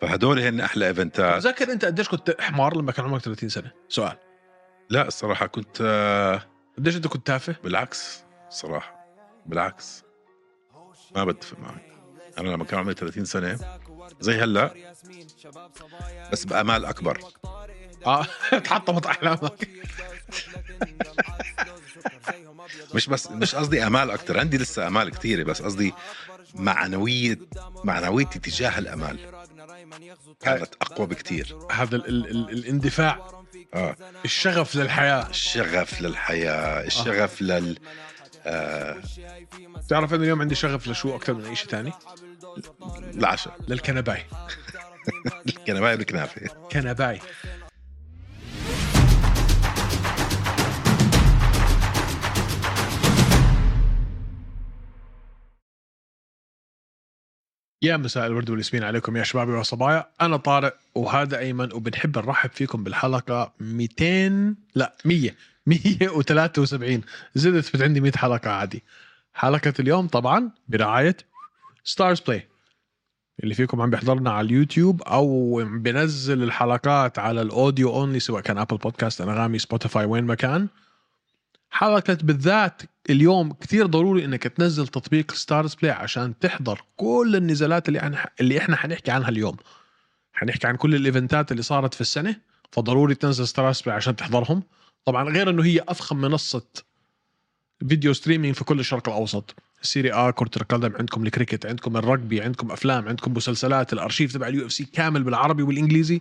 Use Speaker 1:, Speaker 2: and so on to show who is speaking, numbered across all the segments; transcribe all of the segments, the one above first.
Speaker 1: فهدول هن احلى ايفنتات
Speaker 2: تذكر انت قديش كنت حمار لما كان عمرك 30 سنه سؤال
Speaker 1: لا الصراحه كنت آه،
Speaker 2: قديش انت كنت تافه
Speaker 1: بالعكس الصراحه بالعكس ما بتفق معك انا لما كان عمري 30 سنه زي هلا بس بامال اكبر
Speaker 2: اه تحطمت احلامك
Speaker 1: مش بس مش قصدي امال اكثر عندي لسه امال كثيره بس قصدي معنويه معنويتي تجاه الامال كانت اقوى بكثير
Speaker 2: هذا ال ال ال الاندفاع
Speaker 1: اه
Speaker 2: الشغف للحياه
Speaker 1: الشغف للحياه الشغف لل آه
Speaker 2: بتعرف انه اليوم عندي شغف لشو اكثر من اي شيء ثاني
Speaker 1: العشاء
Speaker 2: للكنباي
Speaker 1: الكنبايه والكنافه
Speaker 2: كنباي يا مساء الورد والياسمين عليكم يا شبابي وصبايا انا طارق وهذا ايمن وبنحب نرحب فيكم بالحلقه 200 لا 100 173 زدت بت عندي 100 حلقه عادي حلقه اليوم طبعا برعايه ستارز بلاي اللي فيكم عم بيحضرنا على اليوتيوب او عم بنزل الحلقات على الاوديو اونلي سواء كان ابل بودكاست انغامي سبوتيفاي وين ما كان حلقة بالذات اليوم كتير ضروري انك تنزل تطبيق ستارز بلاي عشان تحضر كل النزالات اللي احنا اللي احنا حنحكي عنها اليوم حنحكي عن كل الايفنتات اللي صارت في السنة فضروري تنزل ستارز بلاي عشان تحضرهم طبعا غير انه هي افخم منصة فيديو ستريمينج في كل الشرق الاوسط سيري اه كرة القدم عندكم الكريكت عندكم الرجبي عندكم افلام عندكم مسلسلات الارشيف تبع اليو اف سي كامل بالعربي والانجليزي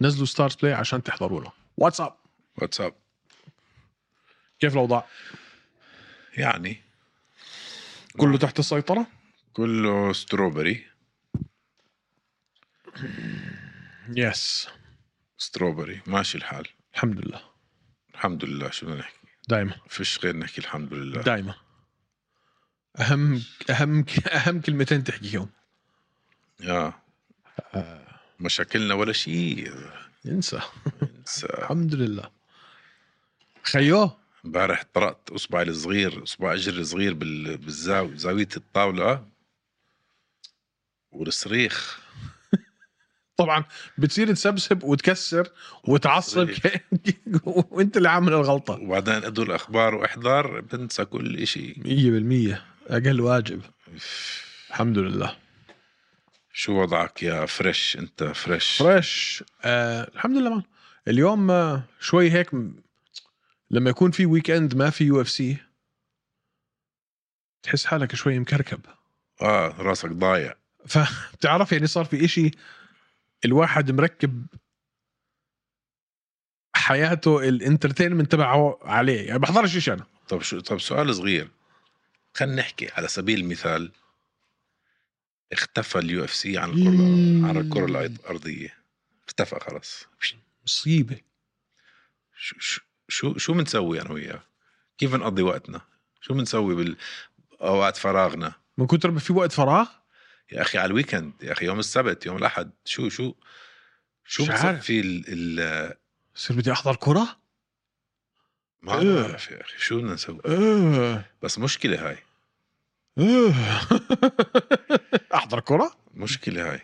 Speaker 2: نزلوا ستارز بلاي عشان تحضروا له واتساب
Speaker 1: واتساب
Speaker 2: كيف الاوضاع
Speaker 1: يعني
Speaker 2: كله تحت السيطرة
Speaker 1: كله ستروبري
Speaker 2: يس
Speaker 1: ستروبري ماشي الحال
Speaker 2: الحمد لله
Speaker 1: الحمد لله شو بدنا نحكي
Speaker 2: دائما
Speaker 1: فيش غير نحكي الحمد لله
Speaker 2: دائما اهم اهم اهم كلمتين تحكيهم
Speaker 1: اه مشاكلنا ولا شيء
Speaker 2: انسى
Speaker 1: س-
Speaker 2: الحمد لله خيو
Speaker 1: امبارح طرقت اصبعي الصغير اصبع اجري الصغير بال- بالزاو زاويه الطاوله والصريخ
Speaker 2: طبعا بتصير تسبسب وتكسر وتعصب وانت اللي عامل الغلطه
Speaker 1: وبعدين ادوا الاخبار واحضر بنسى كل شيء
Speaker 2: مية بالمية أقل واجب الحمد لله
Speaker 1: شو وضعك يا فريش انت فريش
Speaker 2: فريش آه الحمد لله مان اليوم آه شوي هيك م- لما يكون في ويك اند ما في يو اف سي تحس حالك شوي مكركب
Speaker 1: اه راسك ضايع
Speaker 2: فبتعرف يعني صار في إشي الواحد مركب حياته الانترتينمنت تبعه عليه يعني بحضرش إشي أنا
Speaker 1: طب شو طب سؤال صغير خلينا نحكي على سبيل المثال اختفى اليو اف سي عن الكره عن الكره الارضيه اختفى خلص
Speaker 2: مصيبة
Speaker 1: شو- شو شو شو بنسوي انا وياه؟ كيف بنقضي وقتنا؟ شو بنسوي باوقات فراغنا؟
Speaker 2: من كتر ما في وقت فراغ
Speaker 1: يا اخي على الويكند يا اخي يوم السبت يوم الاحد شو شو شو
Speaker 2: مش
Speaker 1: بصير
Speaker 2: عارف.
Speaker 1: في ال ال
Speaker 2: صير بدي أحضر كرة
Speaker 1: ما
Speaker 2: إيه.
Speaker 1: بعرف يا اخي شو بدنا نسوي؟
Speaker 2: آه.
Speaker 1: بس مشكله هاي
Speaker 2: احضر كره
Speaker 1: مشكله هاي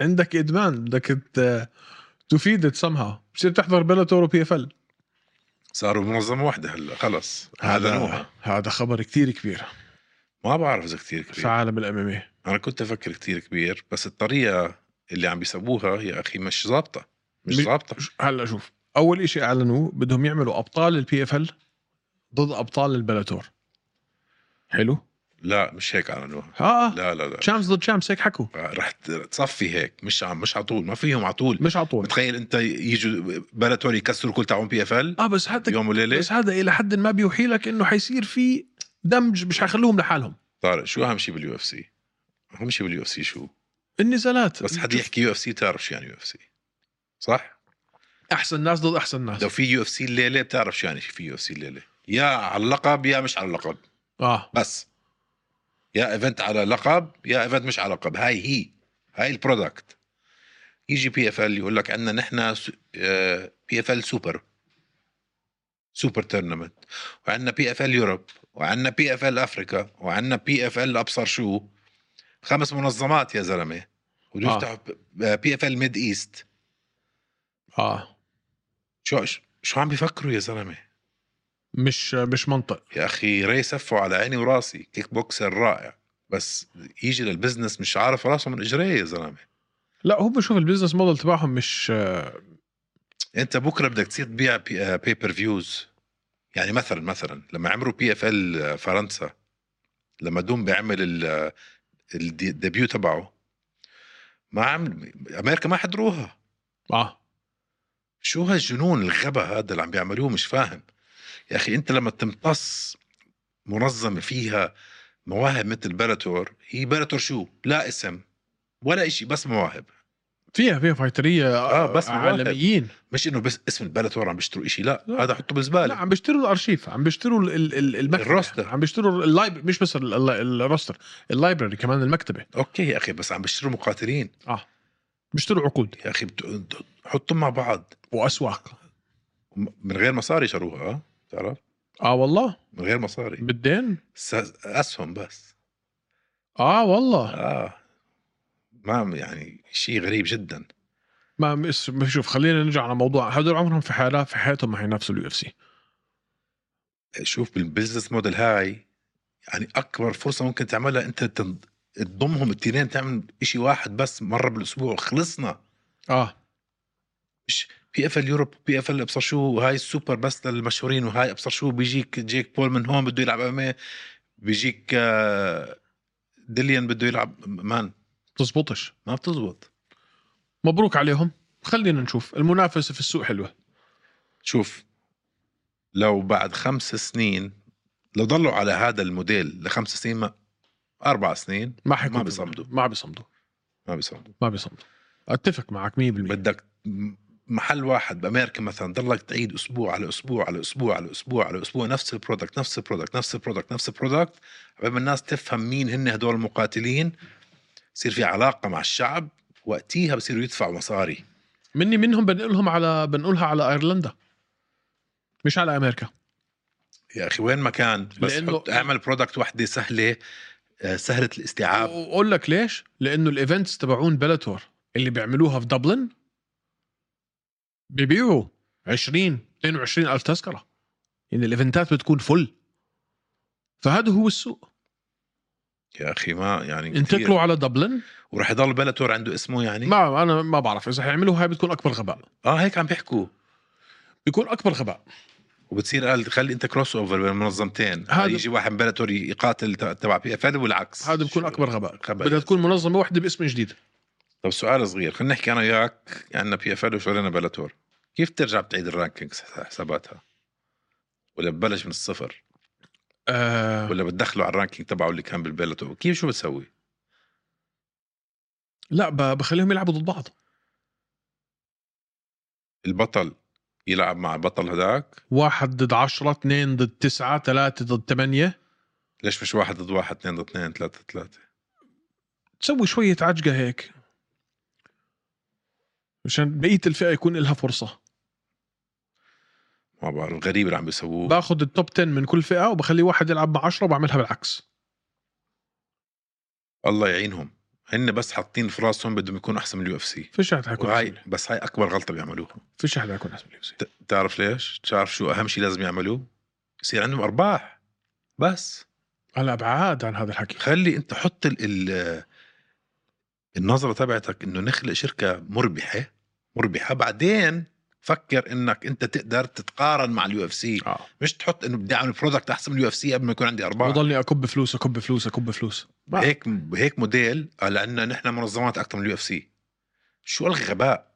Speaker 2: عندك ادمان بدك ت- تفيد سمها بصير تحضر بلاتور وبي اف ال
Speaker 1: صاروا معظم وحده هلا خلص هذا نوع
Speaker 2: هذا خبر كتير كبير
Speaker 1: ما بعرف اذا كثير
Speaker 2: في
Speaker 1: كبير
Speaker 2: عالم الامامي
Speaker 1: انا كنت افكر كثير كبير بس الطريقه اللي عم بيسووها يا اخي مش ظابطه مش
Speaker 2: مش-
Speaker 1: ظابطه
Speaker 2: هلا شوف اول إشي اعلنوه بدهم يعملوا ابطال البي اف ال ضد ابطال البلاتور حلو
Speaker 1: لا مش هيك عملوها
Speaker 2: اه
Speaker 1: لا لا لا
Speaker 2: شامس ضد شامس هيك حكوا
Speaker 1: رح تصفي هيك مش عم مش على طول ما فيهم على طول
Speaker 2: مش على طول
Speaker 1: متخيل انت يجوا بلاتور يكسروا كل تاعون بي اف ال
Speaker 2: اه بس حتى
Speaker 1: يوم وليله
Speaker 2: بس هذا الى حد ما بيوحي لك انه حيصير في دمج مش حيخلوهم لحالهم
Speaker 1: طارق شو اهم شيء باليو اف سي؟ اهم شيء باليو اف سي شو؟
Speaker 2: النزالات
Speaker 1: بس حد يحكي يو اف سي بتعرف شو يعني يو اف سي صح؟
Speaker 2: احسن ناس ضد احسن ناس
Speaker 1: لو في يو اف سي الليله بتعرف شو يعني في يو اف سي الليله يا على اللقب يا مش على اللقب
Speaker 2: اه
Speaker 1: بس يا ايفنت على لقب يا ايفنت مش على لقب هاي هي هاي البرودكت يجي بي اف ال يقول لك عندنا نحن آه، بي اف ال سوبر سوبر تورنمنت وعندنا بي اف ال يوروب وعندنا بي اف ال افريكا وعندنا بي اف ال ابصر شو خمس منظمات يا زلمه بده
Speaker 2: آه.
Speaker 1: يفتحوا بي اف ال ميد ايست
Speaker 2: اه
Speaker 1: شو شو عم بيفكروا يا زلمه
Speaker 2: مش مش منطق
Speaker 1: يا اخي ري سفوا على عيني وراسي كيك بوكسر رائع بس يجي للبزنس مش عارف راسه من اجريه يا زلمه
Speaker 2: لا هو بشوف البزنس موديل تبعهم مش
Speaker 1: انت بكره بدك تصير تبيع بي بير فيوز يعني مثلا مثلا لما عملوا بي اف ال آه، فرنسا لما دوم بيعمل ال- الدي- الديبيو تبعه ما عمل امريكا ما حضروها
Speaker 2: اه
Speaker 1: شو هالجنون الغبا هذا اللي عم بيعملوه مش فاهم يا اخي انت لما تمتص منظمه فيها مواهب مثل بلاتور هي بلاتور شو لا اسم ولا إشي بس مواهب
Speaker 2: فيها فيها فايتريه
Speaker 1: آه،
Speaker 2: آه
Speaker 1: بس
Speaker 2: بس عالميين
Speaker 1: مش انه بس اسم البلاتور عم بيشتروا إشي لا,
Speaker 2: لا.
Speaker 1: هذا حطه
Speaker 2: لا
Speaker 1: بالزباله
Speaker 2: عم بيشتروا الارشيف عم بيشتروا ال- ال- ال- المكتبة.
Speaker 1: الروستر.
Speaker 2: عم بيشتروا اللايب مش بس ال- ال- الروستر اللايبرري كمان المكتبه
Speaker 1: اوكي يا اخي بس عم بيشتروا مقاتلين
Speaker 2: اه بيشتروا عقود
Speaker 1: يا اخي بت- بت- حطهم مع بعض
Speaker 2: واسواق
Speaker 1: من غير مصاري شروها اه بتعرف
Speaker 2: اه والله
Speaker 1: من غير مصاري
Speaker 2: بالدين
Speaker 1: س- اسهم بس
Speaker 2: اه والله
Speaker 1: اه ما يعني شيء غريب جدا
Speaker 2: ما مش مش- شوف خلينا نرجع على موضوع هدول عمرهم في حالها في حياتهم ما حينافسوا اليو اف سي
Speaker 1: شوف بالبزنس موديل هاي يعني اكبر فرصه ممكن تعملها انت تن- تضمهم التنين تعمل شيء واحد بس مره بالاسبوع خلصنا
Speaker 2: اه
Speaker 1: بي اف اليوروب بي اف ابصر شو هاي السوبر بس للمشهورين وهاي ابصر شو بيجيك جيك بول من هون بده يلعب امامي بيجيك آه، ديليان بده يلعب مان
Speaker 2: بتزبطش
Speaker 1: ما بتزبط
Speaker 2: مبروك عليهم خلينا نشوف المنافسه في السوق حلوه
Speaker 1: شوف لو بعد خمس سنين لو ضلوا على هذا الموديل لخمس سنين ما اربع سنين
Speaker 2: ما حيكون
Speaker 1: ما
Speaker 2: في-
Speaker 1: بيصمدوا.
Speaker 2: ما بيصمدوا
Speaker 1: ما بيصمدوا
Speaker 2: ما بيصمدوا اتفق معك 100%
Speaker 1: بدك م- محل واحد بامريكا مثلا ضلك تعيد اسبوع على اسبوع على اسبوع على اسبوع على اسبوع نفس البرودكت نفس البرودكت نفس البرودكت نفس البرودكت عبين الناس تفهم مين هن هدول المقاتلين يصير في علاقه مع الشعب وقتيها بصيروا يدفعوا مصاري
Speaker 2: مني منهم بنقلهم على بنقولها على ايرلندا مش على امريكا
Speaker 1: يا اخي وين ما كان بس
Speaker 2: لأنه-
Speaker 1: حط اعمل برودكت وحده سهله آه، سهله الاستيعاب
Speaker 2: واقول لك ليش لانه الايفنتس تبعون بلاتور اللي بيعملوها في دبلن بيبيعوا 20 22 الف تذكره يعني الايفنتات بتكون فل فهذا هو السوق
Speaker 1: يا اخي ما يعني كتير
Speaker 2: انتقلوا على دبلن
Speaker 1: وراح يضل بلاتور عنده اسمه يعني
Speaker 2: ما انا ما بعرف اذا حيعملوا هاي بتكون اكبر غباء
Speaker 1: اه هيك عم بيحكوا
Speaker 2: بيكون اكبر غباء
Speaker 1: وبتصير قال خلي انت كروس اوفر بين المنظمتين
Speaker 2: هذا-
Speaker 1: يجي واحد من بلاتور يقاتل ت- تبع بي اف ال والعكس
Speaker 2: هذا بيكون
Speaker 1: شو-
Speaker 2: اكبر غباء
Speaker 1: غباء
Speaker 2: بدها تكون منظمه واحده باسم جديد
Speaker 1: طب سؤال صغير خلينا نحكي انا وياك عندنا بي اف ال وشغلنا بلاتور كيف ترجع بتعيد الرانكينجز حساباتها ولا ببلش من الصفر
Speaker 2: آه
Speaker 1: ولا بتدخله على الرانكينج تبعه اللي كان بالبلاتور كيف شو بتسوي
Speaker 2: لا ب- بخليهم يلعبوا ضد بعض
Speaker 1: البطل يلعب مع البطل هداك
Speaker 2: واحد ضد عشرة اثنين ضد تسعة ثلاثة ضد ثمانية
Speaker 1: ليش مش واحد ضد واحد اثنين ضد اثنين ثلاثة ثلاثة
Speaker 2: تسوي شوية عجقة هيك مشان بقية الفئة يكون لها فرصة
Speaker 1: ما بعرف غريب اللي عم بيسووه
Speaker 2: باخذ التوب 10 من كل فئة وبخلي واحد يلعب مع عشرة وبعملها بالعكس
Speaker 1: الله يعينهم هن بس حاطين في راسهم بدهم يكونوا احسن من اليو اف سي
Speaker 2: فيش حد حيكون أحسن
Speaker 1: وهاي
Speaker 2: مني.
Speaker 1: بس هاي اكبر غلطه بيعملوها
Speaker 2: فيش حد حيكون أحسن مني بس.
Speaker 1: ت- تعرف ليش تعرف شو اهم شيء لازم يعملوه يصير عندهم ارباح بس
Speaker 2: هلا أبعاد عن هذا الحكي
Speaker 1: خلي انت حط ال ال النظره تبعتك انه نخلق شركه مربحه مربحه بعدين فكر انك انت تقدر تتقارن مع اليو اف سي
Speaker 2: آه.
Speaker 1: مش تحط انه بدي اعمل برودكت احسن من اليو اف سي قبل ما يكون عندي ارباح
Speaker 2: وضلني أكب فلوس أكب فلوس أكب فلوس ما-
Speaker 1: هيك هيك موديل لان نحن منظمات اكثر من اليو اف سي شو الغباء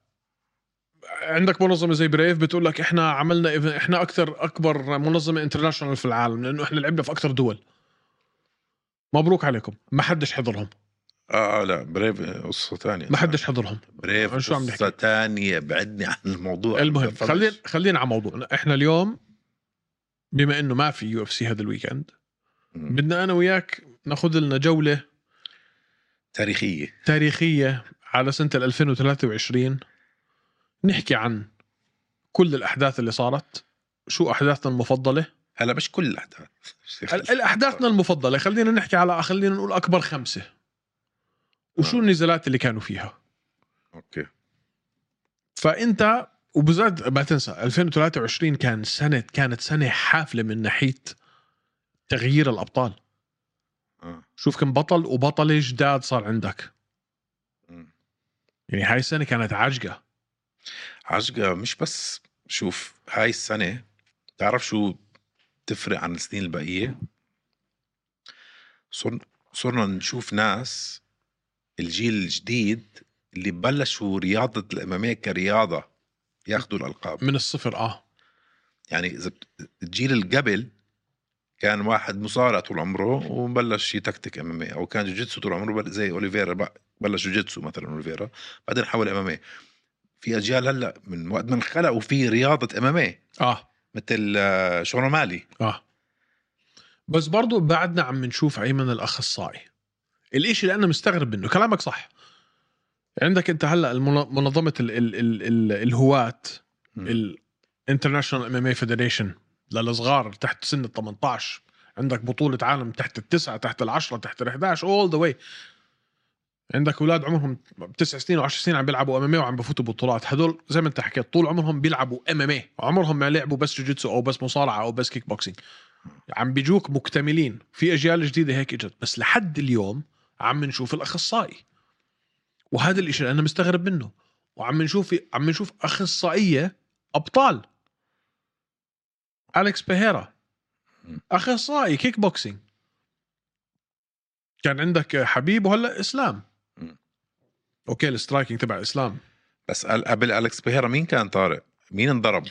Speaker 2: عندك منظمه زي بريف بتقول لك احنا عملنا إيفن- احنا اكثر اكبر منظمه انترناشونال في العالم لانه احنا لعبنا في اكثر دول مبروك عليكم ما حدش حضرهم
Speaker 1: اه آه، لا بريف قصه ثانيه
Speaker 2: ما حدش حضرهم
Speaker 1: بريف
Speaker 2: عن شو عم
Speaker 1: قصه
Speaker 2: نحكي؟
Speaker 1: ثانيه بعدني عن الموضوع
Speaker 2: المهم
Speaker 1: بفهمش.
Speaker 2: خلينا خلينا على موضوعنا احنا اليوم بما انه ما في يو اف سي هذا الويكند
Speaker 1: مم.
Speaker 2: بدنا انا وياك ناخذ لنا جوله
Speaker 1: تاريخيه
Speaker 2: تاريخيه على سنه ال 2023 نحكي عن كل الاحداث اللي صارت شو احداثنا المفضله
Speaker 1: هلا مش كل الاحداث آه،
Speaker 2: ال- الاحداثنا المفضله خلينا نحكي على خلينا نقول اكبر خمسه وشو النزالات اللي كانوا فيها
Speaker 1: اوكي
Speaker 2: فانت وبالذات ما تنسى 2023 كان سنه كانت سنه حافله من ناحيه تغيير الابطال
Speaker 1: اه
Speaker 2: شوف كم بطل وبطله جداد صار عندك
Speaker 1: مم.
Speaker 2: يعني هاي السنه كانت عجقه
Speaker 1: عجقة مش بس شوف هاي السنة تعرف شو تفرق عن السنين البقية صرنا صرنا نشوف ناس الجيل الجديد اللي بلشوا رياضة الأمامية كرياضة ياخذوا الألقاب
Speaker 2: من الصفر اه
Speaker 1: يعني إذا بت- الجيل القبل كان واحد مصارع طول عمره وبلش يتكتك امامي او كان جوجيتسو طول عمره بل- زي اوليفيرا بق- بلش جوجيتسو مثلا اوليفيرا بعدين حول امامي إيه. في اجيال هلا من وقت ما انخلقوا في رياضه امامي
Speaker 2: اه
Speaker 1: إيه، مثل آه، شون مالي
Speaker 2: اه بس برضو بعدنا عم نشوف ايمن الاخصائي الاشي اللي انا مستغرب منه كلامك صح عندك انت هلا المن- منظمه ال ال ال ال الهواة الانترناشونال ام ام اي فيدريشن للصغار تحت سن ال 18 عندك بطوله عالم تحت التسعه تحت العشره تحت ال 11 اول ذا واي عندك اولاد عمرهم تسع سنين و10 سنين عم بيلعبوا ام ام وعم بفوتوا بطولات هدول زي ما انت حكيت طول عمرهم بيلعبوا ام ام عمرهم ما لعبوا بس جوجيتسو او بس مصارعه او بس كيك بوكسينج عم بيجوك مكتملين في اجيال جديده هيك اجت بس لحد اليوم عم نشوف الاخصائي وهذا الشيء اللي انا مستغرب منه وعم نشوف عم نشوف اخصائيه ابطال اليكس بيهيرا
Speaker 1: مم.
Speaker 2: اخصائي كيك بوكسينج كان عندك حبيب وهلا اسلام
Speaker 1: مم.
Speaker 2: اوكي السترايكينج تبع اسلام
Speaker 1: بس قال- قبل اليكس بيهيرا مين كان طارق؟ مين انضرب؟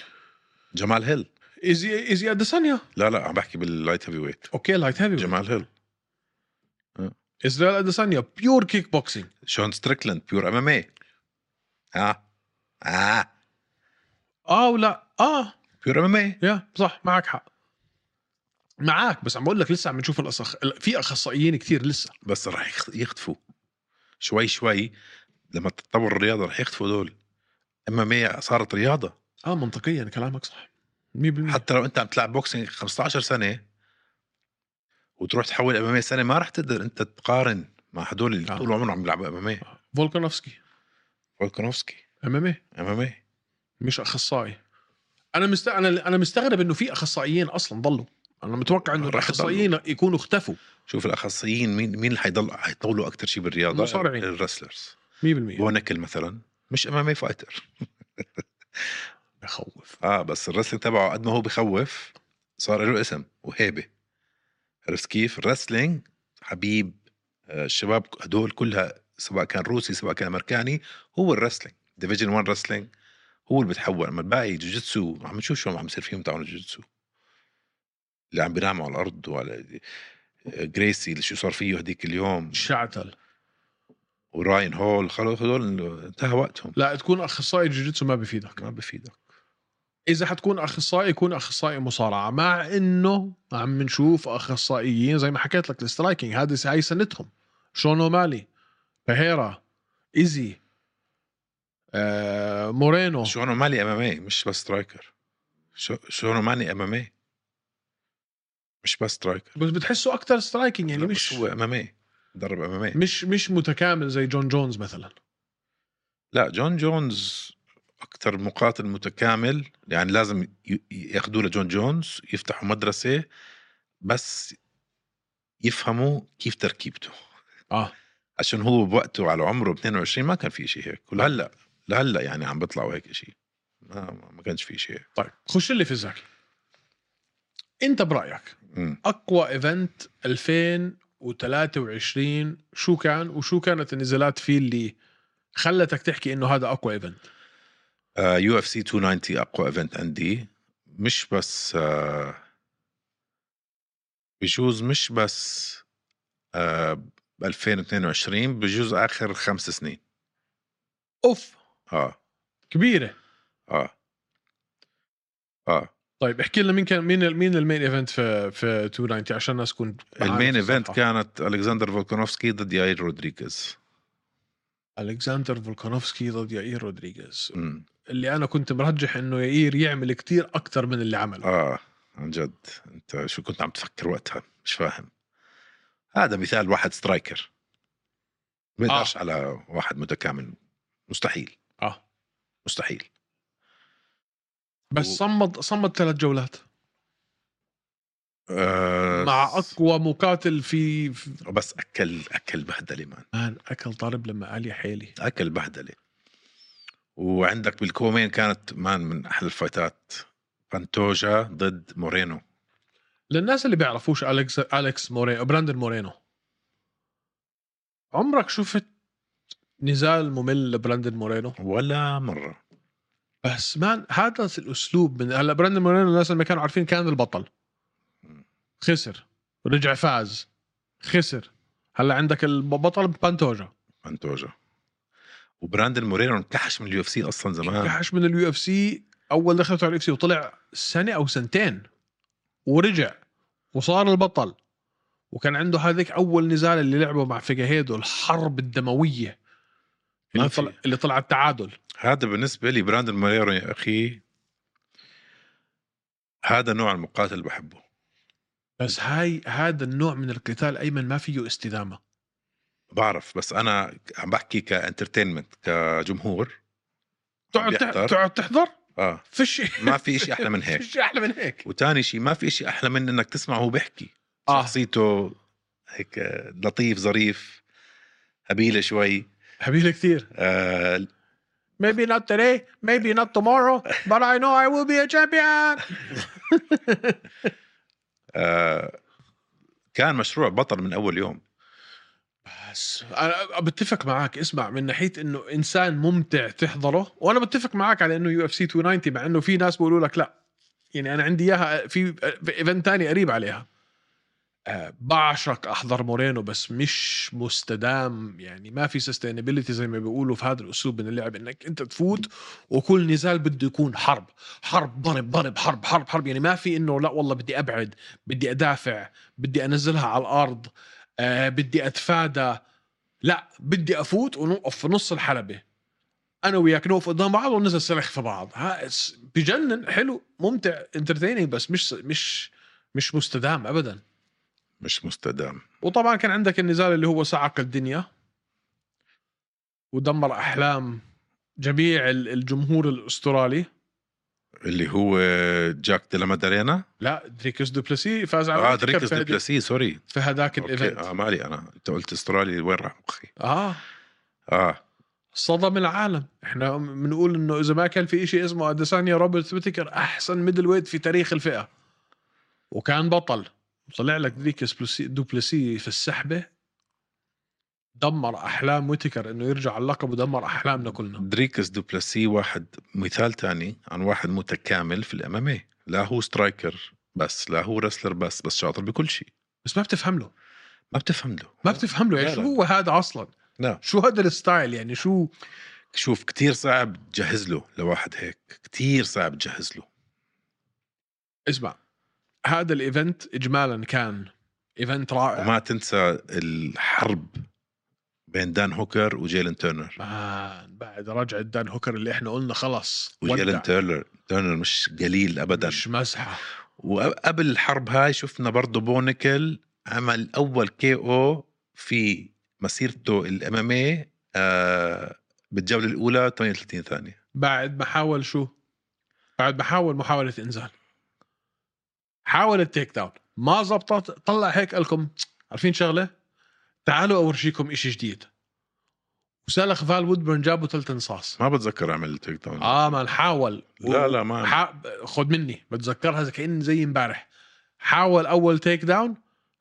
Speaker 1: جمال هيل
Speaker 2: ايزي ايزي اديسانيا
Speaker 1: لا لا عم بحكي باللايت هيفي ويت
Speaker 2: اوكي لايت هيفي
Speaker 1: جمال هيل
Speaker 2: اسرائيل اديسانيا بيور كيك بوكسينج
Speaker 1: شون ستريكلاند بيور إيه. امامي اه اه
Speaker 2: اه ولا اه
Speaker 1: بيور إيه. امامي
Speaker 2: يا صح معك حق معك بس عم بقول لك لسه عم نشوف الأصخ... ال- في اخصائيين كثير لسه
Speaker 1: بس رح يخ- يختفوا شوي شوي لما تتطور الرياضه رح يختفوا دول اما ما صارت رياضه
Speaker 2: اه منطقيا كلامك صح 100%
Speaker 1: حتى لو انت عم تلعب بوكسينج 15 سنه وتروح تحول اماميه سنه ما رح تقدر انت تقارن مع هدول اللي
Speaker 2: آه.
Speaker 1: طول عمرهم عم يلعبوا اماميه
Speaker 2: فولكانوفسكي
Speaker 1: فولكانوفسكي إيه.
Speaker 2: امامي
Speaker 1: اماميه
Speaker 2: مش اخصائي انا مست انا انا مستغرب انه في اخصائيين اصلا ضلوا انا متوقع انه
Speaker 1: رح
Speaker 2: الاخصائيين يكونوا اختفوا
Speaker 1: شوف الاخصائيين مين مين اللي حيضل حيطولوا اكثر شيء بالرياضه
Speaker 2: المصارعين.
Speaker 1: الرسلرز
Speaker 2: 100%
Speaker 1: بونكل مثلا مش امامي فايتر
Speaker 2: بخوف
Speaker 1: اه بس الرسلينج تبعه قد ما هو بخوف صار له اسم وهيبه عرفت كيف؟ الرسلينج حبيب آه، الشباب هدول كلها سواء كان روسي سواء كان امريكاني هو الرسلينج ديفيجن 1 رسلينج هو اللي بتحول اما الباقي جوجيتسو عم نشوف شو عم بصير فيهم تاعون الجوجيتسو اللي عم بيناموا على الارض وعلى آه، جريسي اللي شو صار فيه هديك اليوم
Speaker 2: شعتل
Speaker 1: وراين هول خلص هدول انتهى وقتهم
Speaker 2: لا تكون اخصائي جوجيتسو ما بفيدك
Speaker 1: ما بفيدك
Speaker 2: اذا حتكون اخصائي يكون اخصائي مصارعه مع انه عم نشوف اخصائيين زي ما حكيت لك السترايكينج هذه س- هاي سنتهم شونو مالي بهيرا ايزي آه، مورينو
Speaker 1: شونو مالي امامي مش بس سترايكر شو- شونو مالي امامي مش بس سترايكر
Speaker 2: بس بتحسه اكثر سترايكينج يعني
Speaker 1: لا، بس
Speaker 2: مش
Speaker 1: هو إيه. امامي ضرب امامي
Speaker 2: مش مش متكامل زي جون جونز مثلا
Speaker 1: لا جون جونز اكثر مقاتل متكامل يعني لازم ي- ياخذوه لجون جونز يفتحوا مدرسه بس يفهموا كيف تركيبته
Speaker 2: اه
Speaker 1: عشان هو بوقته على عمره 22 ما كان في شيء هيك ولهلا لهلا يعني عم بيطلعوا هيك شيء ما ما كانش في شيء هيك
Speaker 2: طيب خش لي في الزاكي انت برايك
Speaker 1: أمم.
Speaker 2: اقوى ايفنت 2023 شو كان وشو كانت النزالات فيه اللي خلتك تحكي انه هذا اقوى ايفنت
Speaker 1: يو اف سي 290 اقوى ايفنت عندي مش بس آه، بجوز مش بس آه، ب 2022 بجوز اخر خمس سنين
Speaker 2: اوف
Speaker 1: اه
Speaker 2: كبيره
Speaker 1: اه اه
Speaker 2: طيب احكي لنا مين كان مين ال- مين المين ايفنت في في 290 عشان الناس تكون معانا
Speaker 1: المين
Speaker 2: في
Speaker 1: ايفنت
Speaker 2: الصفحة.
Speaker 1: كانت الكسندر فولكانوفسكي ضد ياير رودريغيز
Speaker 2: الكساندر فولكانوفسكي ضد يائير رودريغيز
Speaker 1: أمم،
Speaker 2: اللي انا كنت مرجح انه يائير يعمل كتير اكثر من اللي عمله
Speaker 1: اه عن جد انت شو كنت عم تفكر وقتها مش فاهم هذا مثال واحد سترايكر بيقدرش آه. على واحد متكامل مستحيل
Speaker 2: اه
Speaker 1: مستحيل
Speaker 2: بس
Speaker 1: و-
Speaker 2: صمد صمد ثلاث جولات
Speaker 1: آه
Speaker 2: مع اقوى مقاتل في في-
Speaker 1: بس اكل اكل بهدله مان
Speaker 2: مان اكل طالب لما قال يا حيلي
Speaker 1: اكل بهدله وعندك بالكومين كانت مان من احلى الفايتات بانتوجا ضد مورينو
Speaker 2: للناس اللي بيعرفوش اليكس اليكس مورينو براندن مورينو عمرك شفت نزال ممل لبراندن مورينو
Speaker 1: ولا مره
Speaker 2: بس مان هذا الاسلوب من هلا براندن مورينو الناس اللي ما كانوا عارفين كان البطل خسر رجع فاز خسر هلا عندك البطل بانتوجا
Speaker 1: بانتوجا وبراندن مورينو انكحش من اليو اف سي اصلا زمان
Speaker 2: كحش من اليو اف سي اول دخلته على اليو اف سي وطلع سنه او سنتين ورجع وصار البطل وكان عنده هذيك اول نزال اللي لعبه مع فيجاهيدو الحرب الدمويه
Speaker 1: ما
Speaker 2: اللي
Speaker 1: في.
Speaker 2: طلع اللي طلع التعادل
Speaker 1: هذا بالنسبه لي براندن مورينو يا اخي هذا نوع المقاتل اللي بحبه
Speaker 2: بس هاي هذا النوع من القتال ايمن ما فيه استدامه
Speaker 1: بعرف بس انا عم بحكي كانترتينمنت كجمهور
Speaker 2: تقعد
Speaker 1: بيحضر.
Speaker 2: تح- تقعد تحضر
Speaker 1: اه
Speaker 2: فش
Speaker 1: ما في شيء احلى من هيك
Speaker 2: فش احلى من هيك
Speaker 1: وتاني شيء ما في شيء احلى من انك تسمعه وهو بيحكي
Speaker 2: آه.
Speaker 1: شخصيته هيك آه، لطيف ظريف هبيله شوي
Speaker 2: حبيبي كثير
Speaker 1: آه
Speaker 2: maybe not today maybe not tomorrow but I know I will be a champion
Speaker 1: آه كان مشروع بطل من اول يوم
Speaker 2: بس انا بتفق معك اسمع من ناحيه انه انسان ممتع تحضره وانا بتفق معك على انه يو اف سي 290 مع انه في ناس بيقولوا لك لا يعني انا عندي اياها في ايفنت تاني قريب عليها آه، بعشق احضر مورينو بس مش مستدام يعني ما في سستينابيلتي زي ما بيقولوا في هذا الاسلوب من اللعب انك انت تفوت وكل نزال بده يكون حرب حرب ضرب ضرب حرب حرب حرب يعني ما في انه لا والله بدي ابعد بدي ادافع بدي انزلها على الارض آه بدي اتفادى لا بدي افوت ونوقف في نص الحلبه انا وياك نوقف قدام بعض وننزل سلخ في بعض ها س- بجنن حلو ممتع انترتيننج بس مش مش مش مستدام ابدا
Speaker 1: مش مستدام
Speaker 2: وطبعا كان عندك النزال اللي هو صعق الدنيا ودمر احلام جميع ال- الجمهور الاسترالي
Speaker 1: اللي هو جاك ديلا مادارينا
Speaker 2: لا دريكس دوبلسي فاز على
Speaker 1: اه
Speaker 2: الأندرتيكر
Speaker 1: دريكس
Speaker 2: في هدي-
Speaker 1: دوبلاسي سوري
Speaker 2: في هذاك
Speaker 1: اوكي
Speaker 2: الايفنت
Speaker 1: اه مالي انا انت قلت استرالي وين راح مخي
Speaker 2: اه
Speaker 1: اه
Speaker 2: صدم العالم احنا بنقول انه اذا ما كان في شيء اسمه اديسانيا روبرت بيتكر احسن ميدل ويت في تاريخ الفئه وكان بطل طلع لك ديك دوبلسي في السحبه دمر احلام ويتكر انه يرجع على اللقب ودمر احلامنا كلنا
Speaker 1: دريكس دوبلاسي واحد مثال تاني عن واحد متكامل في الامامي لا هو سترايكر بس لا هو رسلر بس بس شاطر بكل شيء
Speaker 2: بس ما بتفهم له
Speaker 1: ما بتفهم له
Speaker 2: ما بتفهم له يعني
Speaker 1: لا،
Speaker 2: شو
Speaker 1: لا.
Speaker 2: هو هذا اصلا
Speaker 1: لا
Speaker 2: شو هذا الستايل يعني شو
Speaker 1: شوف كتير صعب تجهز له لواحد هيك كتير صعب تجهز له
Speaker 2: اسمع هذا الايفنت اجمالا كان ايفنت رائع
Speaker 1: وما تنسى الحرب بين دان هوكر وجيلن تيرنر
Speaker 2: مان بعد رجعة دان هوكر اللي احنا قلنا خلص ودع.
Speaker 1: وجيلن تيرنر تيرنر مش قليل ابدا
Speaker 2: مش مزحه
Speaker 1: وقبل الحرب هاي شفنا برضه بونيكل عمل اول كي او في مسيرته الاماميه إيه، آه بالجوله الاولى 38 ثانيه
Speaker 2: بعد ما حاول شو بعد ما حاول محاوله انزال حاول التيك داون ما زبطت طلع هيك قال لكم عارفين شغله تعالوا اورجيكم إشي جديد وسلخ فال وودبرن جابوا ثلاث انصاص
Speaker 1: ما بتذكر عمل تيك داون
Speaker 2: اه ما حاول
Speaker 1: لا لا ما
Speaker 2: ح... خد مني بتذكرها زي كأن زي امبارح حاول اول تيك داون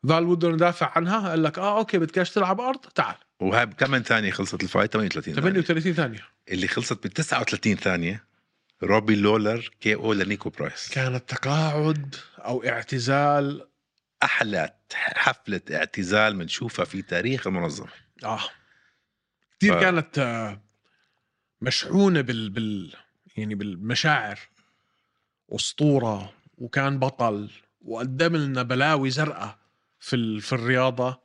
Speaker 2: فال وودبرن دافع عنها قال لك اه اوكي بدكش تلعب ارض تعال
Speaker 1: وهي كمان ثانيه خلصت الفايت 38 ثانيه
Speaker 2: 38 ثانيه
Speaker 1: اللي خلصت ب 39 ثانيه روبي لولر كي او لنيكو برايس
Speaker 2: كان التقاعد او اعتزال
Speaker 1: احلى حفله اعتزال بنشوفها في تاريخ المنظمه
Speaker 2: اه كثير
Speaker 1: ف-
Speaker 2: كانت آه، مشحونه بال بال يعني بالمشاعر اسطوره وكان بطل وقدم لنا بلاوي زرقاء في ال... في الرياضه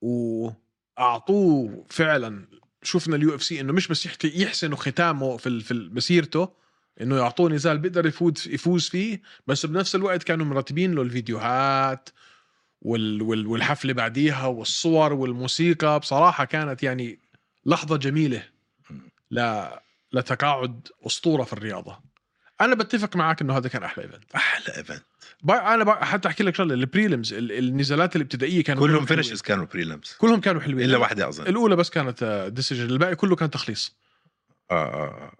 Speaker 2: واعطوه فعلا شفنا اليو اف سي انه مش بس يحكي يحسنوا ختامه في ال... في ال- مسيرته انه يعطوه نزال بيقدر يفوز يفوز فيه بس بنفس الوقت كانوا مرتبين له الفيديوهات وال وال والحفله بعديها والصور والموسيقى بصراحه كانت يعني لحظه جميله ل لتقاعد اسطوره في الرياضه انا بتفق معك انه هذا كان احلى ايفنت
Speaker 1: احلى ايفنت
Speaker 2: بقى انا بقى حتى احكي لك شغله البريلمز ال- النزالات الابتدائيه كانوا إيه؟
Speaker 1: كلهم
Speaker 2: حلوين.
Speaker 1: فينشز كانوا بريلمز
Speaker 2: كلهم كانوا حلوين
Speaker 1: الا واحده اظن
Speaker 2: الاولى بس كانت ديسيجن الباقي كله كان تخليص
Speaker 1: آه، آه، آه.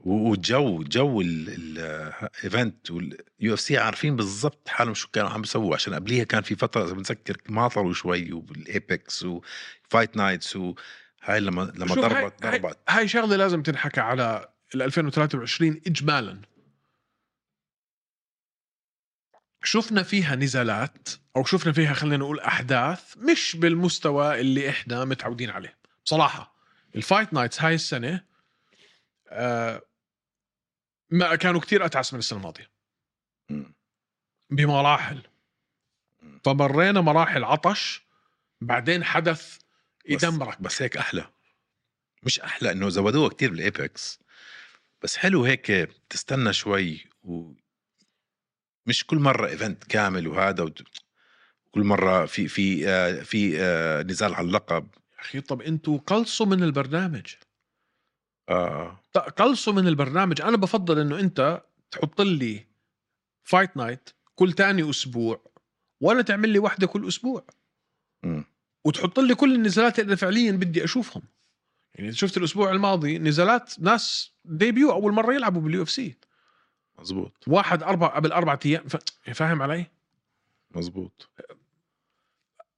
Speaker 1: و- والجو جو الايفنت واليو اف سي عارفين بالضبط حالهم شو كانوا عم بيسووا عشان قبليها كان في فتره اذا بنتذكر ماطروا شوي وبالايبكس وفايت نايتس وهاي لما لما
Speaker 2: شوف، هاي-
Speaker 1: ضربت ضربت
Speaker 2: هاي شغله لازم تنحكى على ال 2023 اجمالا شفنا فيها نزالات او شفنا فيها خلينا نقول احداث مش بالمستوى اللي احنا متعودين عليه بصراحه الفايت نايتس هاي السنه آه ما كانوا كتير اتعس من السنه الماضيه
Speaker 1: مم.
Speaker 2: بمراحل فمرينا مراحل عطش بعدين حدث
Speaker 1: بس-
Speaker 2: يدمرك
Speaker 1: بس هيك احلى مش احلى انه زودوها كتير بالايبكس بس حلو هيك تستنى شوي ومش كل مره ايفنت كامل وهذا وت- كل مره في في آه، في آه، نزال على اللقب
Speaker 2: اخي طب انتوا قلصوا من البرنامج
Speaker 1: اه
Speaker 2: ط- قلصوا من البرنامج انا بفضل انه انت تحط لي فايت نايت كل تاني اسبوع ولا تعمل لي واحده كل اسبوع
Speaker 1: مم.
Speaker 2: وتحط لي كل النزالات اللي فعليا بدي اشوفهم يعني شفت الاسبوع الماضي نزالات ناس ديبيو اول مره يلعبوا باليو اف سي
Speaker 1: مزبوط
Speaker 2: واحد اربع قبل اربع ايام ف- فاهم علي
Speaker 1: مزبوط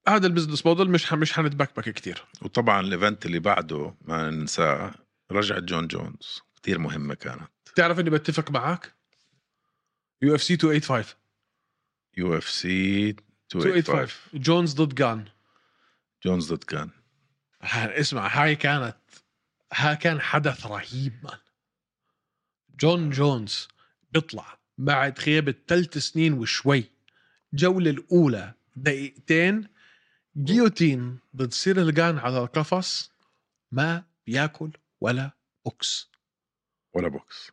Speaker 2: هذا البزنس موديل مش ح- مش حنتبكبك كثير
Speaker 1: وطبعا الايفنت اللي بعده ما ننساه رجعة جون جونز كتير مهمة كانت
Speaker 2: تعرف اني بتفق معك يو اف سي 285
Speaker 1: يو اف سي 285
Speaker 2: 285 جونز ضد جان
Speaker 1: جونز ضد كان
Speaker 2: ها- اسمع هاي كانت ها كان حدث رهيب مان جون جونز بيطلع بعد غياب ثلاث سنين وشوي جولة الأولى دقيقتين جيوتين ضد سيريل جان على القفص ما بياكل ولا بوكس
Speaker 1: ولا بوكس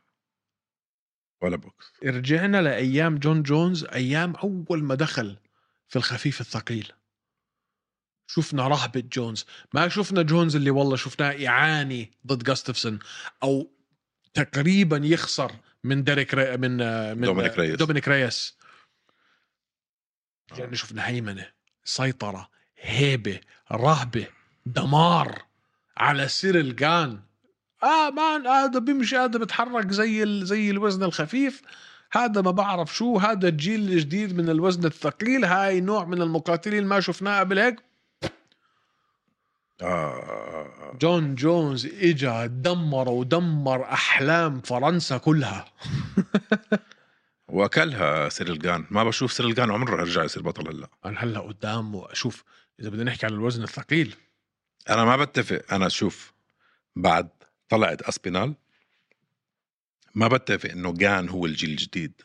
Speaker 1: ولا بوكس
Speaker 2: رجعنا لأيام جون جونز أيام أول ما دخل في الخفيف الثقيل شفنا رهبة جونز ما شفنا جونز اللي والله شفناه يعاني ضد جاستفسون أو تقريبا يخسر من ديريك ري... من آه، من
Speaker 1: دومينيك ريس.
Speaker 2: دومينيك ريس
Speaker 1: آه.
Speaker 2: يعني شفنا هيمنة سيطرة هيبة رهبة دمار على سيريل جان اه مان هذا بيمشي هذا بتحرك زي ال... زي الوزن الخفيف هذا ما بعرف شو هذا الجيل الجديد من الوزن الثقيل هاي نوع من المقاتلين ما شفناه قبل هيك
Speaker 1: آه، آه، آه.
Speaker 2: جون جونز اجا دمر ودمر احلام فرنسا كلها
Speaker 1: واكلها سيريل جان ما بشوف سيريل جان عمره رجع يصير بطل هلا
Speaker 2: انا هلا قدامه اشوف اذا بدنا نحكي عن الوزن الثقيل
Speaker 1: انا ما بتفق انا شوف بعد طلعت اسبينال ما بتفق انه جان هو الجيل الجديد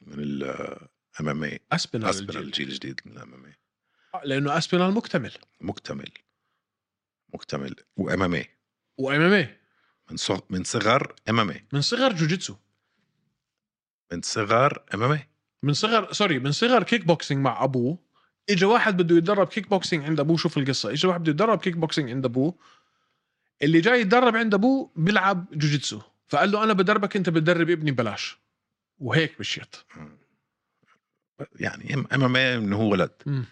Speaker 1: من الام ام اي
Speaker 2: اسبينال,
Speaker 1: اسبينال
Speaker 2: الجيل.
Speaker 1: الجيل الجديد من الام ام اي
Speaker 2: لانه اسبينال مكتمل
Speaker 1: مكتمل مكتمل وام ام اي
Speaker 2: وام ام اي
Speaker 1: من صغ... من صغر ام ام اي
Speaker 2: من صغر جوجيتسو
Speaker 1: من صغر ام ام اي
Speaker 2: من صغر سوري من صغر كيك بوكسينج مع ابوه اجى واحد بده يتدرب كيك بوكسينج عند ابوه شوف القصه اجى واحد بده يتدرب كيك بوكسينج عند ابوه اللي جاي يتدرب عند ابوه بيلعب جوجيتسو فقال له انا بدربك انت بتدرب ابني ببلاش وهيك مشيت
Speaker 1: يعني ام ام اي انه هو ولد
Speaker 2: مم.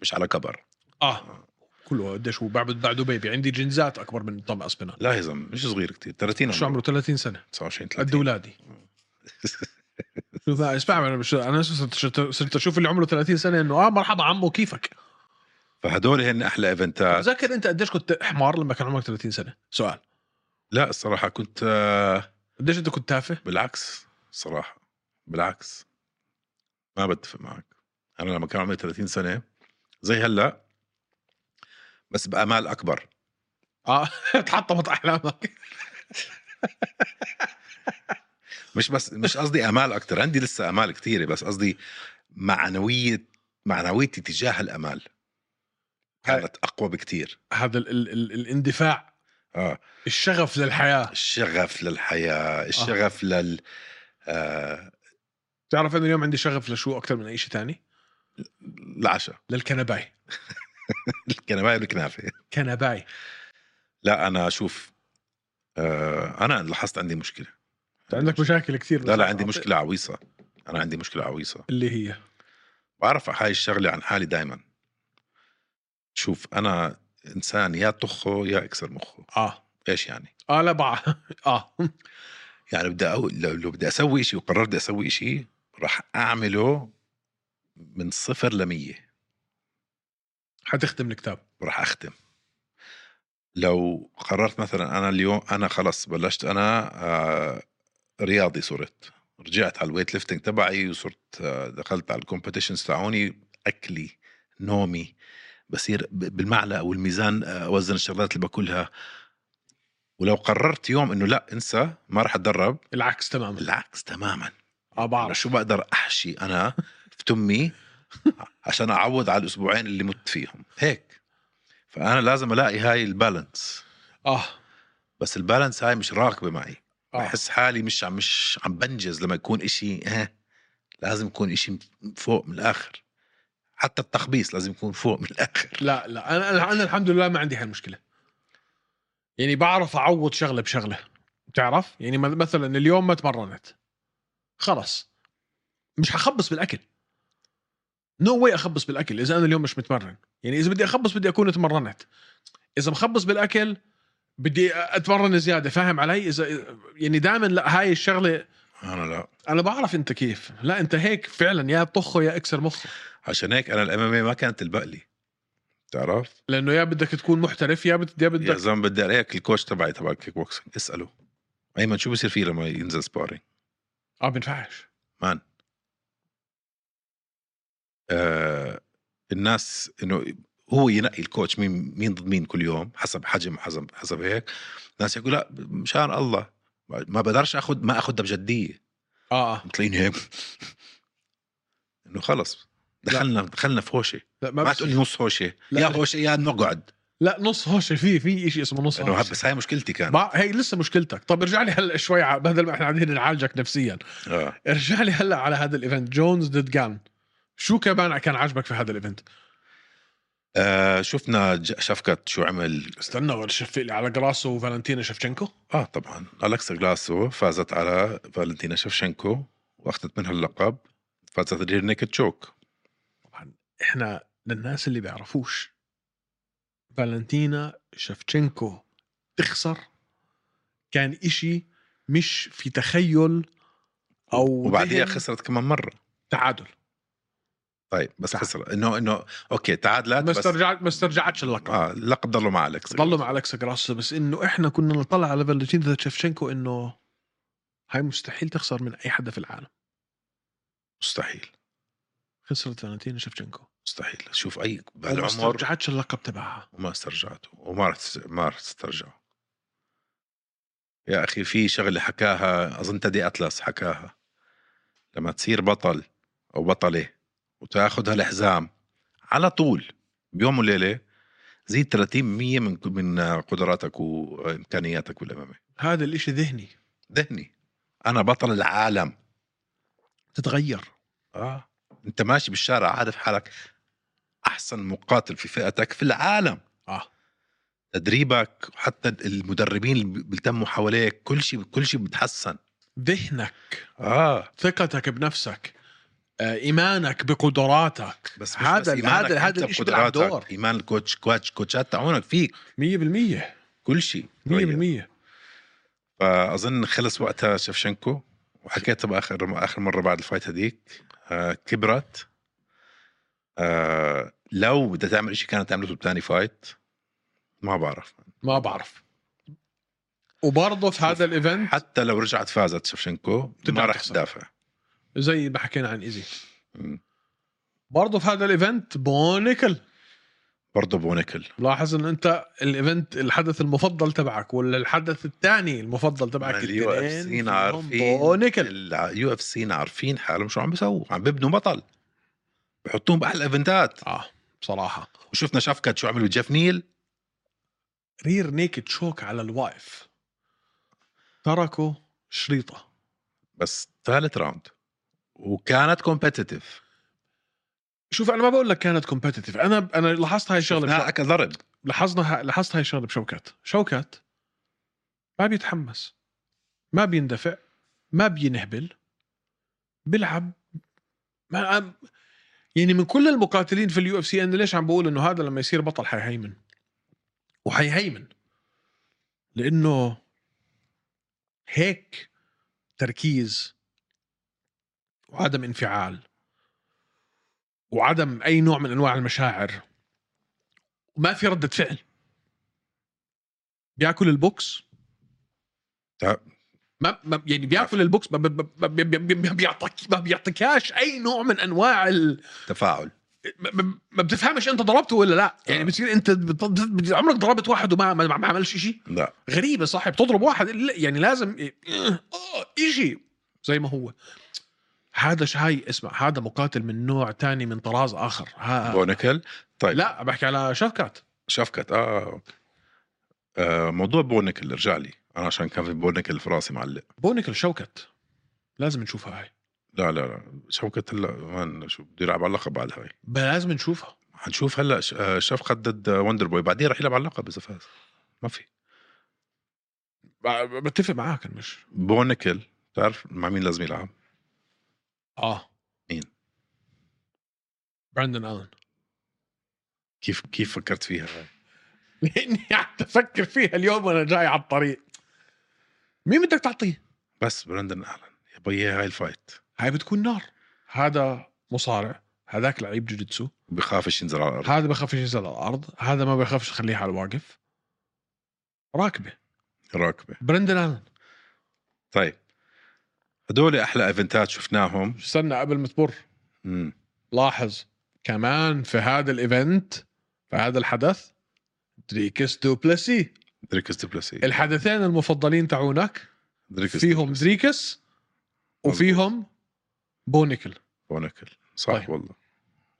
Speaker 1: مش على كبر
Speaker 2: اه كله قديش هو بعد بعده بيبي عندي جنزات اكبر من توم اسبينال
Speaker 1: لا يا زلمه مش صغير كتير 30
Speaker 2: شو عمره 30 سنه
Speaker 1: 29
Speaker 2: قد
Speaker 1: 30
Speaker 2: اولادي شو ذا اسمع انا مش انا صرت صرت- صرت اشوف اللي عمره 30 سنه انه اه مرحبا عمو كيفك
Speaker 1: فهدول هن احلى ايفنتات
Speaker 2: تذكر انت قديش كنت حمار لما كان عمرك 30 سنه سؤال
Speaker 1: لا الصراحه كنت آه،
Speaker 2: قديش انت كنت تافه
Speaker 1: بالعكس الصراحه بالعكس ما بتفق معك انا لما كان عمري 30 سنه زي هلا بس بامال اكبر
Speaker 2: اه تحطمت احلامك
Speaker 1: مش بس مش قصدي امال اكثر عندي لسه امال كثيره بس قصدي معنويه معنويتي تجاه الامال كانت اقوى بكثير
Speaker 2: هذا ال ال ال الاندفاع
Speaker 1: اه
Speaker 2: الشغف للحياه
Speaker 1: الشغف للحياه الشغف لل آه
Speaker 2: تعرف انه اليوم عندي شغف لشو اكثر من اي شيء ثاني
Speaker 1: العشاء
Speaker 2: للكنباي
Speaker 1: الكنبايه والكنافه
Speaker 2: كنباي
Speaker 1: لا انا شوف آه انا لاحظت عندي مشكله
Speaker 2: أنت عندك مشاكل كثير
Speaker 1: لا لا عندي مشكله عويصه انا عندي مشكله عويصه
Speaker 2: اللي هي
Speaker 1: بعرف هاي الشغله عن حالي دائما شوف انا انسان يا طخه يا اكسر مخه
Speaker 2: اه
Speaker 1: ايش يعني
Speaker 2: اه لا بع اه
Speaker 1: يعني بدي أو... لو لو بدي اسوي شيء وقررت اسوي شيء راح اعمله من صفر لمية
Speaker 2: حتختم الكتاب
Speaker 1: وراح اختم لو قررت مثلا انا اليوم انا خلص بلشت انا آه رياضي صرت رجعت على الويت ليفتنج تبعي وصرت آه دخلت على الكومبيتيشنز تاعوني اكلي نومي بصير ب- بالمعلى او الميزان آه، اوزن الشغلات اللي باكلها ولو قررت يوم انه لا انسى ما راح اتدرب
Speaker 2: العكس تماما
Speaker 1: بالعكس تماما
Speaker 2: اه
Speaker 1: أنا
Speaker 2: بعرف
Speaker 1: شو بقدر احشي انا في تمي عشان اعوض على الاسبوعين اللي مت فيهم هيك فانا لازم الاقي هاي البالانس
Speaker 2: اه
Speaker 1: بس البالانس هاي مش راكبه معي
Speaker 2: اه
Speaker 1: بحس حالي مش عم مش عم بنجز لما يكون إشي ها لازم يكون إشي فوق من الاخر حتى التخبيص لازم يكون فوق من الاخر
Speaker 2: لا لا انا انا الحمد لله ما عندي هالمشكله يعني بعرف اعوض شغله بشغله بتعرف يعني مث- مثلا اليوم ما تمرنت خلص مش حخبص بالاكل نو no واي اخبص بالاكل اذا انا اليوم مش متمرن يعني اذا بدي اخبص بدي اكون تمرنت اذا مخبص بالاكل بدي اتمرن زياده فاهم علي اذا يعني دائما لا هاي الشغله
Speaker 1: انا لا
Speaker 2: انا بعرف انت كيف لا انت هيك فعلا يا طخه يا اكسر مخه
Speaker 1: عشان هيك انا الامامية إيه ما كانت البقلي بتعرف
Speaker 2: لانه يا بدك تكون محترف يا بد- يا
Speaker 1: يا
Speaker 2: بدك
Speaker 1: زلمه بدي الاقيك الكوتش تبعي تبع الكيك بوكسينج اساله ايمن شو بصير فيه لما ينزل سبارينج
Speaker 2: اه بينفعش
Speaker 1: مان آه الناس انه هو ينقي الكوتش مين مين ضد مين كل يوم حسب حجم حسب حسب هيك ناس يقول لا مشان الله ما بقدرش اخذ ما اخذها بجديه
Speaker 2: اه آه.
Speaker 1: مطلعين هيك انه خلص دخلنا دخلنا في هوشه
Speaker 2: لا ما
Speaker 1: ما
Speaker 2: بس
Speaker 1: تقول لي نص هوشه
Speaker 2: لا،
Speaker 1: يا
Speaker 2: لا.
Speaker 1: هوشه يا نقعد
Speaker 2: لا نص هوشه في في شيء اسمه نص
Speaker 1: انه
Speaker 2: هوشه
Speaker 1: بس هاي مشكلتي كانت
Speaker 2: بع... هي لسه مشكلتك طب ارجع لي هلا شوي ع- بدل ما احنا قاعدين نعالجك نفسيا
Speaker 1: آه.
Speaker 2: ارجع لي هلا على هذا الايفنت جونز ضد جان شو كمان كان عاجبك في هذا الايفنت
Speaker 1: آه شفنا ج- شفكت شو عمل
Speaker 2: استنى ولا شف لي على جراسو وفالنتينا شفشنكو
Speaker 1: اه طبعا الكسا جلاسو فازت على فالنتينا شفشنكو واخذت منها اللقب فازت الرير نيكد تشوك
Speaker 2: طبعا احنا للناس اللي بيعرفوش فالنتينا شفشنكو تخسر كان إشي مش في تخيل او
Speaker 1: وبعديها
Speaker 2: ذهن
Speaker 1: خسرت كمان مره
Speaker 2: تعادل
Speaker 1: طيب بس
Speaker 2: تعال.
Speaker 1: خسر انه انه اوكي تعادلت
Speaker 2: ما
Speaker 1: بس
Speaker 2: استرجعت ما استرجعتش اللقب
Speaker 1: اه اللقب ضلوا مع الكسا
Speaker 2: ضلوا مع الكسا جراسو بس انه احنا كنا نطلع على فالنتينا تشفشنكو انه هاي مستحيل تخسر من اي حدا في العالم
Speaker 1: مستحيل
Speaker 2: خسرت فالنتينا شفشنكو
Speaker 1: مستحيل شوف اي
Speaker 2: وما
Speaker 1: بهالعمر
Speaker 2: استرجعتش اللقب تبعها
Speaker 1: وما استرجعته وما رح تس- ما رح تسترجعه يا اخي في شغله حكاها اظن تدي اتلس حكاها لما تصير بطل او بطله وتاخذ هالحزام على طول بيوم وليله زيد 30% من من قدراتك وامكانياتك والامامه
Speaker 2: هذا الاشي ذهني
Speaker 1: ذهني انا بطل العالم
Speaker 2: تتغير
Speaker 1: اه انت ماشي بالشارع عارف حالك احسن مقاتل في فئتك في العالم
Speaker 2: اه
Speaker 1: تدريبك وحتى المدربين اللي بيلتموا حواليك كل شيء كل شيء بتحسن
Speaker 2: ذهنك
Speaker 1: اه
Speaker 2: ثقتك بنفسك آه، ايمانك بقدراتك
Speaker 1: بس مش بس
Speaker 2: هذا
Speaker 1: إيمانك
Speaker 2: هذا
Speaker 1: أنت
Speaker 2: هذا الشيء بيلعب
Speaker 1: بقدراتك،
Speaker 2: دور 100%
Speaker 1: ايمان الكوتش كوتش كوتشات تعاونك فيك كل شيء
Speaker 2: 100%
Speaker 1: فاظن خلص وقتها شفشنكو وحكيتها باخر اخر مره بعد الفايت هذيك آه كبرت آه لو بدها تعمل شيء كانت تعمله بثاني فايت ما بعرف
Speaker 2: ما بعرف وبرضه في هذا الايفنت
Speaker 1: حتى لو رجعت فازت شفشنكو
Speaker 2: بترجع
Speaker 1: ما راح
Speaker 2: تخسر.
Speaker 1: تدافع
Speaker 2: زي ما حكينا عن ايزي
Speaker 1: مم.
Speaker 2: برضه في هذا الايفنت بونيكل
Speaker 1: برضه بونيكل
Speaker 2: لاحظ انه انت الايفنت الحدث المفضل تبعك ولا الحدث الثاني المفضل تبعك
Speaker 1: اليو اف
Speaker 2: الاثنين
Speaker 1: سي
Speaker 2: فيهم
Speaker 1: أيوة، عارفين
Speaker 2: بونيكل
Speaker 1: اليو اف سي عارفين حالهم شو عم بيسووا عم بيبنوا بطل بحطوهم باحلى ايفنتات
Speaker 2: اه بصراحه
Speaker 1: وشفنا شفكت شو عمل بجيف نيل
Speaker 2: رير نيكد شوك على الواقف تركوا شريطه
Speaker 1: بس ثالث راوند وكانت كومبتيتيف
Speaker 2: شوف انا ما بقول لك كانت كومبتيتيف انا انا لاحظت هاي الشغله بشو-
Speaker 1: شفناها اكل ضرب
Speaker 2: لاحظنا لاحظت هاي الشغله بشوكات شوكات ما بيتحمس ما بيندفع ما بينهبل بيلعب ما أم- يعني من كل المقاتلين في اليو اف سي انا ليش عم بقول انه هذا لما يصير بطل حيهيمن وحيهيمن لانه هيك تركيز وعدم انفعال وعدم اي نوع من انواع المشاعر وما في ردة فعل بياكل البوكس
Speaker 1: تع-
Speaker 2: ما ما- يعني بياكل البوكس ما ما- ما- ما- ما- ما بيعطيك ما بيعطيكاش اي نوع من انواع ال...
Speaker 1: تفاعل
Speaker 2: ما- ما ما بتفهمش انت ضربته ولا لا يعني
Speaker 1: آه.
Speaker 2: بتصير انت بت- بت- عمرك ضربت واحد وما ما ما عملش شيء
Speaker 1: لا
Speaker 2: غريبه صح بتضرب واحد لا، يعني لازم إيه، آه، إشي زي ما هو هذا ش- هاي اسمع هذا مقاتل من نوع تاني من طراز اخر ها
Speaker 1: بونكل طيب
Speaker 2: لا بحكي على شفكات
Speaker 1: شفكت آه. أوكي. اه موضوع بونكل ارجع لي انا عشان كان في بونكل في راسي معلق
Speaker 2: بونيكل شوكت لازم نشوفها هاي
Speaker 1: لا لا لا شفكت هلا مان شو بده يلعب على اللقب على هاي
Speaker 2: بل لازم نشوفها
Speaker 1: حنشوف هلا ش- آه، شفقة ضد وندر بوي بعدين رح يلعب على اللقب اذا فاز ما في
Speaker 2: ب- بتفق معاك أنا مش
Speaker 1: بونكل بتعرف مع مين لازم يلعب
Speaker 2: اه
Speaker 1: مين؟
Speaker 2: براندن الن
Speaker 1: كيف كيف فكرت فيها هاي
Speaker 2: لاني قاعد افكر فيها اليوم وانا جاي على الطريق مين بدك تعطيه؟
Speaker 1: بس براندن الن يا بيي هاي الفايت
Speaker 2: هاي بتكون نار هذا مصارع هذاك لعيب جوجيتسو
Speaker 1: بخافش ينزل على الارض
Speaker 2: هذا بخافش ينزل على الارض هذا ما بخافش يخليه على الواقف راكبه
Speaker 1: راكبه
Speaker 2: براندن الن
Speaker 1: طيب هدول احلى ايفنتات شفناهم
Speaker 2: استنى قبل ما تمر
Speaker 1: مم.
Speaker 2: لاحظ كمان في هذا الايفنت في هذا الحدث دريكس دوبلسي
Speaker 1: دريكس دبلسي
Speaker 2: الحدثين المفضلين تعونك
Speaker 1: دريكس
Speaker 2: فيهم دريكس وفيهم بونيكل
Speaker 1: بونكل صح
Speaker 2: طيب.
Speaker 1: طيب. والله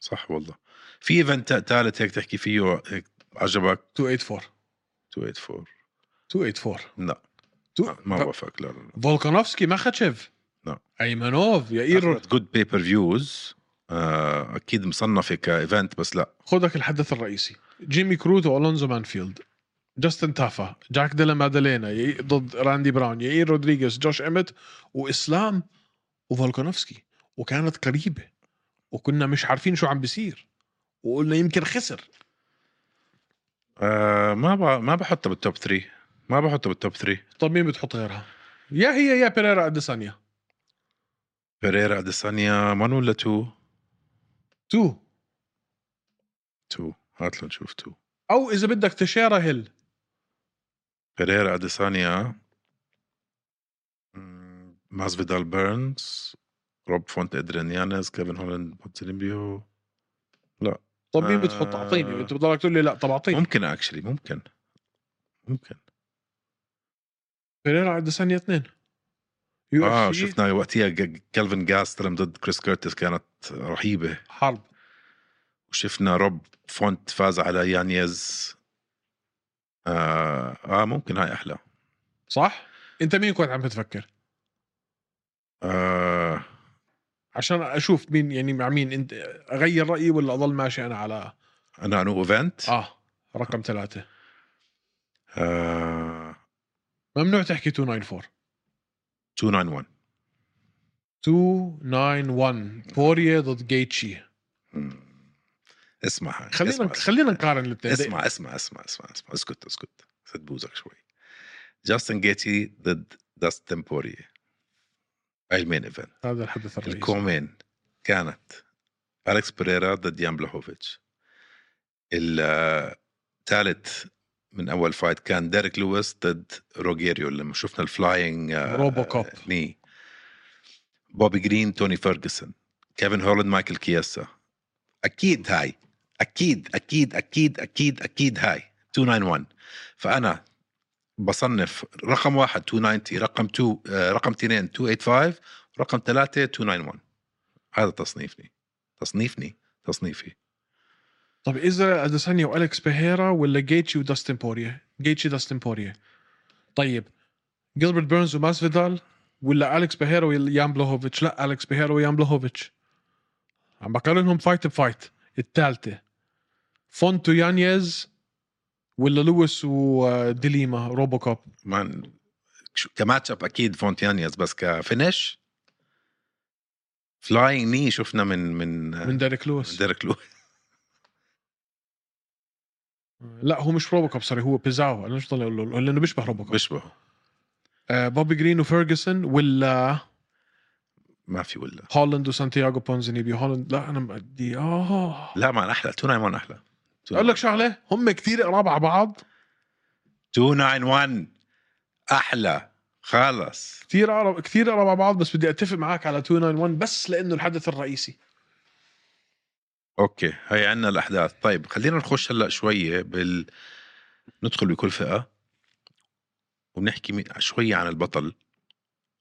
Speaker 1: صح والله في ايفنت ثالث هيك تحكي فيه هيك عجبك
Speaker 2: 284
Speaker 1: 284
Speaker 2: 284
Speaker 1: لا
Speaker 2: تو-
Speaker 1: ما
Speaker 2: ف-
Speaker 1: وافق لا لا لا
Speaker 2: فولكانوفسكي ماخاتشيف
Speaker 1: نعم.
Speaker 2: ايمنوف يائير
Speaker 1: جود بيبر فيوز اكيد مصنفه كايفنت بس لا
Speaker 2: خذك الحدث الرئيسي جيمي كروت والونزو مانفيلد جاستن تافا جاك ديلا مادالينا يائير- ضد راندي براون يائير رودريغيز جوش امت واسلام وفولكانوفسكي وكانت قريبه وكنا مش عارفين شو عم بيصير وقلنا يمكن خسر
Speaker 1: آه ما ب... ما بحطها بالتوب 3 ما بحطها بالتوب 3
Speaker 2: طب مين بتحط غيرها؟ يا هي يا بيريرا اديسانيا
Speaker 1: بيريرا اديسانيا 1 ولا 2
Speaker 2: تو
Speaker 1: 2 هات لنشوف 2
Speaker 2: او اذا بدك تشيرا هيل
Speaker 1: بيريرا اديسانيا ماس فيدال بيرنز روب فونت ادريان يانز كيفن هولاند بوتسليمبيو
Speaker 2: طب مين بتحط اعطيني انت بضلك تقول لي لا طب اعطيني
Speaker 1: آه. ممكن اكشلي ممكن ممكن
Speaker 2: بيريرا عند ثانيه اثنين يو
Speaker 1: اه
Speaker 2: اف سي
Speaker 1: شفنا وقتها ج- كلفن جاسترم ضد كريس كيرتس كانت رهيبه
Speaker 2: حرب
Speaker 1: وشفنا روب فونت فاز على يانيز آه, اه ممكن هاي احلى
Speaker 2: صح؟ انت مين كنت عم بتفكر؟
Speaker 1: آه
Speaker 2: عشان اشوف مين يعني مع مين انت اغير رايي ولا اضل ماشي انا على
Speaker 1: انا انو ايفنت
Speaker 2: اه رقم ثلاثه
Speaker 1: آه
Speaker 2: ممنوع تحكي 294
Speaker 1: 291
Speaker 2: 291 بوريا ضد جيتشي
Speaker 1: مم. اسمع هاي
Speaker 2: خلينا
Speaker 1: اسمع.
Speaker 2: خلينا نقارن الاثنين
Speaker 1: اسمع اسمع اسمع اسمع اسمع اسكت اسكت سد بوزك شوي جاستن جيتي ضد داستن بوريه هاي المين ايفنت
Speaker 2: هذا الحدث الرئيسي
Speaker 1: الكومين كانت أليكس بريرا ضد يان بلاهوفيتش الثالث من أول فايت كان ديريك لويس ضد روجيريو لما شفنا آه، الفلاينج
Speaker 2: روبو كوب
Speaker 1: ني بوبي جرين توني فيرجسون كيفن هولاند مايكل كياسا أكيد هاي أكيد أكيد أكيد أكيد أكيد هاي 291 فأنا بصنف رقم واحد 290 رقم 2 آه، رقم اثنين 285 رقم ثلاثة 291 هذا تصنيفني تصنيفني تصنيفي
Speaker 2: طب اذا اديسانيا والكس بيهيرا ولا جيتشي وداستن بوريا؟ جيتشي داستن بوريا طيب جilbert بيرنز وماسفيدال ولا الكس بيهيرا ويان بلوهوفيتش؟ لا الكس بيهيرا ويان بلوهوفيتش عم بقارنهم فايت بفايت الثالثه فونتو يانيز ولا لويس وديليما روبوكوب
Speaker 1: مان شو- كماتش اب اكيد فونتيانيز بس كفينش فلاينج ني شفنا من من آه،
Speaker 2: من ديريك لويس
Speaker 1: ديريك لو
Speaker 2: لا هو مش روبوكوب سوري هو بيزاو انا مش طلع له لانه بيشبه روبوكوب
Speaker 1: بيشبهه
Speaker 2: آه، بوبي جرين وفيرجسون ولا
Speaker 1: ما في ولا
Speaker 2: هولاند وسانتياغو بونزينيبي هولاند لا انا بدي اه
Speaker 1: لا ما احلى 291 احلى
Speaker 2: اقول لك شغله هم كثير قراب على بعض
Speaker 1: 291 احلى خلص
Speaker 2: كثير قراب كثير قراب على بعض بس بدي اتفق معك على 291 بس لانه الحدث الرئيسي
Speaker 1: اوكي هاي عنا الاحداث طيب خلينا نخش هلا شويه بال ندخل بكل فئه وبنحكي مي- شويه عن البطل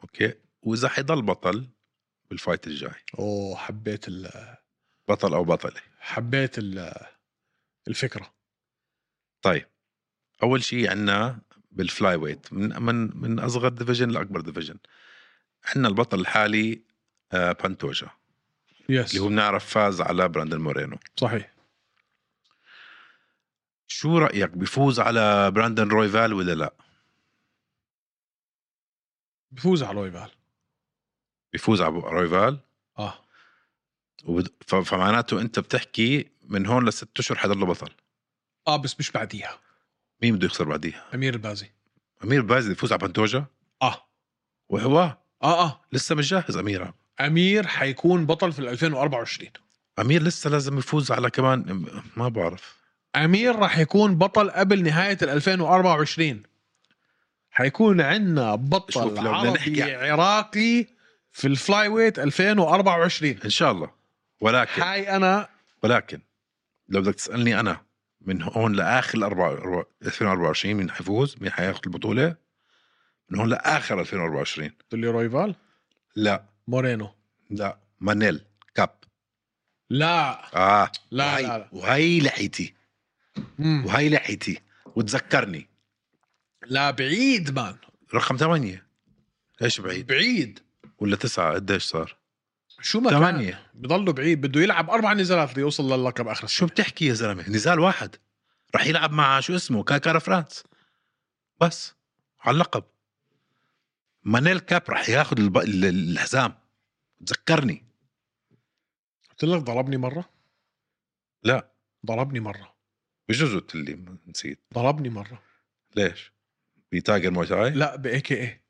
Speaker 1: اوكي واذا حيضل بطل بالفايت الجاي
Speaker 2: اوه حبيت ال...
Speaker 1: بطل او بطله
Speaker 2: حبيت ال... الفكره
Speaker 1: طيب اول شيء عندنا بالفلاي ويت من من من اصغر ديفيجن لاكبر ديفيجن عندنا البطل الحالي آه، بانتوجا
Speaker 2: يس
Speaker 1: اللي هو بنعرف فاز على براندن مورينو
Speaker 2: صحيح
Speaker 1: شو رايك بيفوز على براندن رويفال ولا لا
Speaker 2: بفوز على رويفال
Speaker 1: بيفوز على رويفال
Speaker 2: اه
Speaker 1: وبد... ف... فمعناته انت بتحكي من هون لست اشهر حضر له بطل
Speaker 2: اه بس مش بعديها
Speaker 1: مين بده يخسر بعديها
Speaker 2: امير البازي
Speaker 1: امير بازي يفوز على بانتوجا
Speaker 2: اه
Speaker 1: وهو
Speaker 2: اه اه
Speaker 1: لسه مش جاهز امير
Speaker 2: امير حيكون بطل في ال 2024
Speaker 1: امير لسه لازم يفوز على كمان ما بعرف
Speaker 2: امير راح يكون بطل قبل نهايه ال 2024 حيكون عندنا
Speaker 1: شوف
Speaker 2: بطل
Speaker 1: لو بدنا
Speaker 2: عربي
Speaker 1: نحكي
Speaker 2: عراقي في الفلاي ويت 2024
Speaker 1: ان شاء الله ولكن
Speaker 2: هاي انا
Speaker 1: ولكن لو بدك تسالني انا من هون لاخر 4 2024 مين حيفوز مين حياخذ البطوله من هون لاخر 2024
Speaker 2: اللي رويفال
Speaker 1: لا
Speaker 2: مورينو
Speaker 1: لا مانيل كاب
Speaker 2: لا
Speaker 1: اه
Speaker 2: لا،
Speaker 1: وهي
Speaker 2: لا، لا.
Speaker 1: وهي لحيتي
Speaker 2: مم.
Speaker 1: وهي لحيتي وتذكرني
Speaker 2: لا بعيد مان
Speaker 1: رقم ثمانية ايش بعيد
Speaker 2: بعيد
Speaker 1: ولا تسعة قديش صار
Speaker 2: شو ما كان
Speaker 1: ثمانية
Speaker 2: بضله بعيد بده يلعب اربع نزالات ليوصل للقب اخر
Speaker 1: شو
Speaker 2: السنه
Speaker 1: بتحكي يا زلمة نزال واحد رح يلعب مع شو اسمه كاكارا فرانس بس على اللقب مانيل كاب رح ياخذ الب... ال- ال- الحزام تذكرني
Speaker 2: قلت لك ضربني مره
Speaker 1: لا.
Speaker 2: ضربني مره
Speaker 1: بجوز قلت اللي نسيت
Speaker 2: ضربني مره
Speaker 1: ليش بتاجر موي تاي
Speaker 2: لا باي كي اي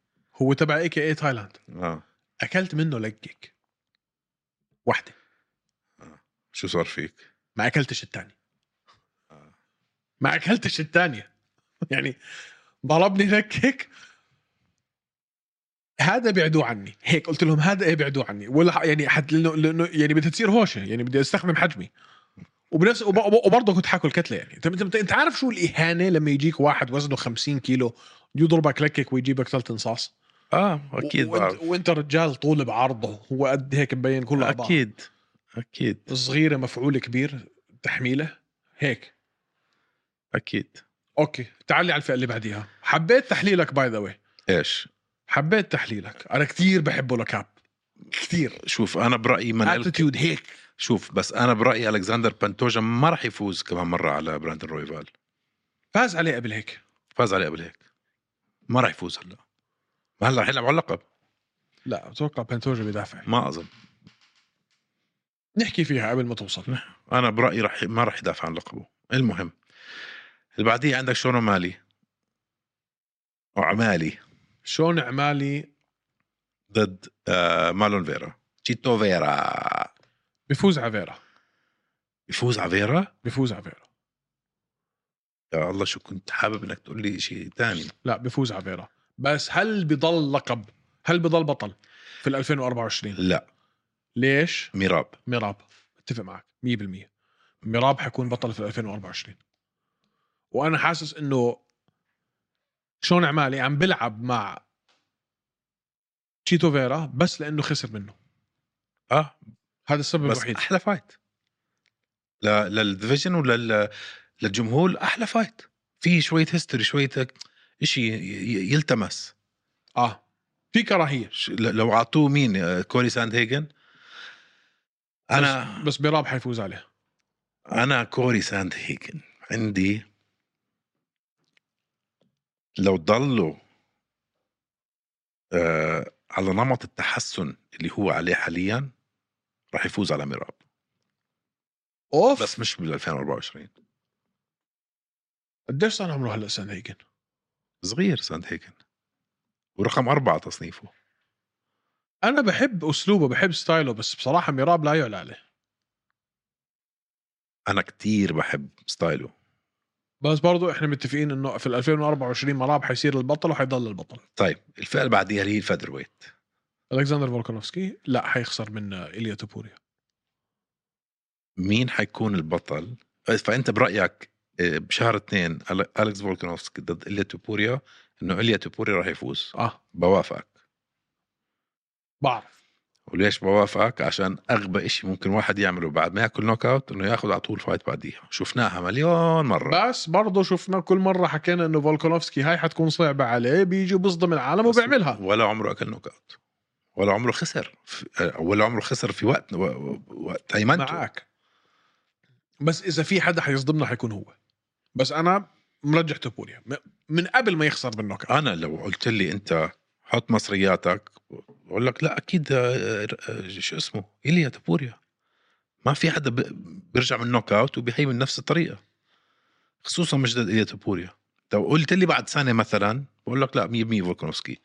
Speaker 2: هو تبع اي كي اي تايلاند
Speaker 1: اه
Speaker 2: اكلت منه لقك واحده
Speaker 1: شو صار فيك
Speaker 2: ما اكلتش الثانيه
Speaker 1: آه.
Speaker 2: ما اكلتش الثانيه يعني ضربني لكك هذا بيعدوه عني هيك قلت لهم هذا ايه بيعدوه عني ولا ح- يعني حد لانه لانه يعني بدها تصير هوشه يعني بدي استخدم حجمي وبنفس وب- وب- وبرضه كنت حاكل كتله يعني انت انت انت عارف شو الاهانه لما يجيك واحد وزنه 50 كيلو يضربك لكك ويجيبك ثلاث انصاص
Speaker 1: اه اكيد
Speaker 2: وانت,
Speaker 1: بعرف
Speaker 2: وانت رجال طول بعرضه هو قد هيك مبين كله على بعض.
Speaker 1: اكيد اكيد
Speaker 2: صغيره مفعول كبير تحميله هيك
Speaker 1: اكيد
Speaker 2: اوكي تعال لي على الفئه اللي بعديها حبيت تحليلك باي ذا واي
Speaker 1: ايش
Speaker 2: حبيت تحليلك انا كثير بحبه لكاب كثير
Speaker 1: شوف انا برايي مانيل
Speaker 2: اتيتيود هيك
Speaker 1: شوف بس انا برايي الكسندر بانتوجا ما راح يفوز كمان مره على براندن رويفال
Speaker 2: فاز عليه قبل هيك
Speaker 1: فاز عليه قبل هيك ما راح يفوز هلا ما هلا راح يلعب على اللقب
Speaker 2: لا اتوقع بانتوجا بيدافع
Speaker 1: ما اظن
Speaker 2: نحكي فيها قبل ما توصل
Speaker 1: انا برايي راح ما راح يدافع عن لقبه المهم اللي بعديه عندك شونو مالي أو عمالي
Speaker 2: شون عمالي
Speaker 1: ضد آه مالون فيرا تشيتو فيرا
Speaker 2: بيفوز على فيرا
Speaker 1: يفوز على فيرا
Speaker 2: بيفوز على فيرا
Speaker 1: يا الله شو كنت حابب انك تقول لي شيء ثاني
Speaker 2: لا بيفوز على فيرا بس هل بضل لقب هل بضل بطل في ال 2024
Speaker 1: لا
Speaker 2: ليش
Speaker 1: ميراب
Speaker 2: ميراب اتفق معك 100% ميراب حيكون بطل في 2024 وانا حاسس انه شون عمالي عم بلعب مع تشيتو فيرا بس لانه خسر منه
Speaker 1: اه
Speaker 2: هذا السبب
Speaker 1: بس
Speaker 2: الوحيد
Speaker 1: احلى فايت ل- للديفيجن ولل للجمهور احلى فايت في شويه هيستوري شويه شيء يلتمس
Speaker 2: اه في كراهيه
Speaker 1: آه، ش- ل- لو اعطوه مين آه، كوري ساند هيجن انا
Speaker 2: بس بيراب حيفوز عليه
Speaker 1: انا كوري ساند هيجن عندي لو ضلوا آه على نمط التحسن اللي هو عليه حاليا راح يفوز على ميراب
Speaker 2: اوف
Speaker 1: بس مش بال 2024
Speaker 2: قديش صار عمره هلا سان هيجن؟
Speaker 1: صغير ساند هيجن ورقم أربعة تصنيفه
Speaker 2: انا بحب اسلوبه بحب ستايله بس بصراحه ميراب لا يعلى عليه
Speaker 1: أنا كتير بحب ستايله
Speaker 2: بس برضو احنا متفقين انه في 2024 مراب حيصير البطل وحيضل البطل
Speaker 1: طيب الفئة اللي بعديها اللي هي الفيدر ويت
Speaker 2: الكسندر فولكانوفسكي لا حيخسر من آه، ايليا توبوريا
Speaker 1: مين حيكون البطل فأنت برأيك آه، بشهر اثنين أل- أليكس فولكانوفسكي ضد إليا توبوريا إنه إليا توبوريا راح يفوز
Speaker 2: اه
Speaker 1: بوافقك
Speaker 2: بعرف
Speaker 1: وليش بوافقك عشان أغبى إشي ممكن واحد يعمله بعد ما ياكل نوك أوت إنه ياخذ على طول فايت بعديها شفناها مليون مرة
Speaker 2: بس برضو شفنا كل مره حكينا انه فولكانوفسكي هاي حتكون صعبه عليه بيجي بيصدم العالم
Speaker 1: بس
Speaker 2: وبيعملها
Speaker 1: ولا عمره اكل نوك اوت ولا عمره خسر في- آه، ولا عمره خسر في وقت و- و- وقت هيمنته
Speaker 2: معك بس اذا في حدا حيصدمنا حيكون هو بس انا مرجح توبوريا م- من قبل ما يخسر بالنوك أوت.
Speaker 1: انا لو قلت لي انت حط مصرياتك بقول لك لا اكيد آه، آه، شو اسمه ايليا تابوريا ما في حدا ب- بيرجع من نوك اوت وبيهيمن نفس الطريقه خصوصا مش ضد ايليا تابوريا لو قلت لي بعد سنه مثلا بقول لك لا 100% فولكانوفسكي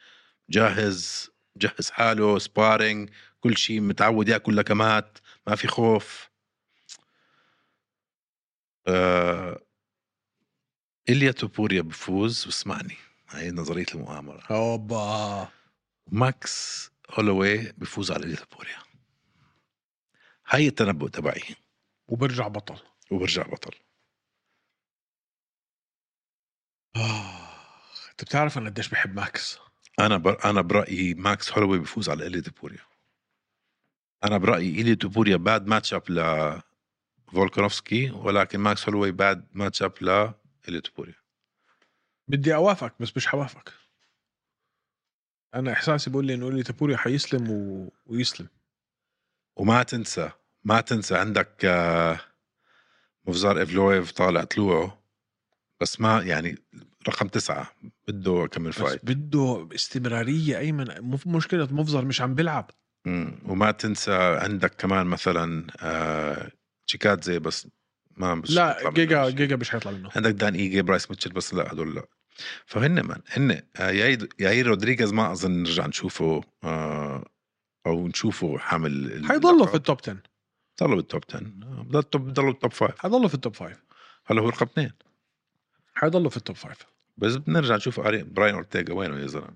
Speaker 1: جاهز جهز حاله سبارينج كل شيء متعود ياكل لكمات ما في خوف آه إليا توبوريا بفوز واسمعني هاي نظرية المؤامرة
Speaker 2: اوبا
Speaker 1: ماكس هولوي بفوز على ليفربوريا هاي التنبؤ تبعي
Speaker 2: وبرجع بطل
Speaker 1: وبرجع بطل
Speaker 2: انت آه. بتعرف انا قديش بحب ماكس
Speaker 1: انا بر... انا برايي ماكس هولوي بفوز على إلي ديبوريا انا برايي إلي ديبوريا باد ماتش اب ل فولكانوفسكي ولكن ماكس هولوي باد ماتش اب ل إلي ديبوريا
Speaker 2: بدي اوافقك بس مش حوافقك انا احساسي بقول لي انه لي تابوريا حيسلم و... ويسلم
Speaker 1: وما تنسى ما تنسى عندك آه، مفزار ايفلويف طالع طلوعه بس ما يعني رقم تسعة بده كم
Speaker 2: بس
Speaker 1: فايت
Speaker 2: بده استمراريه ايمن مف- مشكله مفزر مش عم بيلعب
Speaker 1: مم. وما تنسى عندك كمان مثلا آه تشيكات زي بس ما مش
Speaker 2: لا
Speaker 1: بيطلع منه
Speaker 2: جيجا
Speaker 1: شيء.
Speaker 2: جيجا مش حيطلع منه
Speaker 1: عندك دان ايجي برايس ميتشل بس لا هدول لا فهن من هن آه، ياير ياير رودريغيز ما اظن نرجع نشوفه آه او نشوفه حامل ال-
Speaker 2: حيضلوا في
Speaker 1: اللقب.
Speaker 2: التوب 10
Speaker 1: ضلوا بالتوب 10 آه، بضل- بضلوا بالتوب 5
Speaker 2: حيضلوا في التوب 5
Speaker 1: هلا هو رقم اثنين
Speaker 2: حيضلوا في التوب 5
Speaker 1: بس بدنا نرجع نشوف أري- براين اورتيغا وينه يا زلمه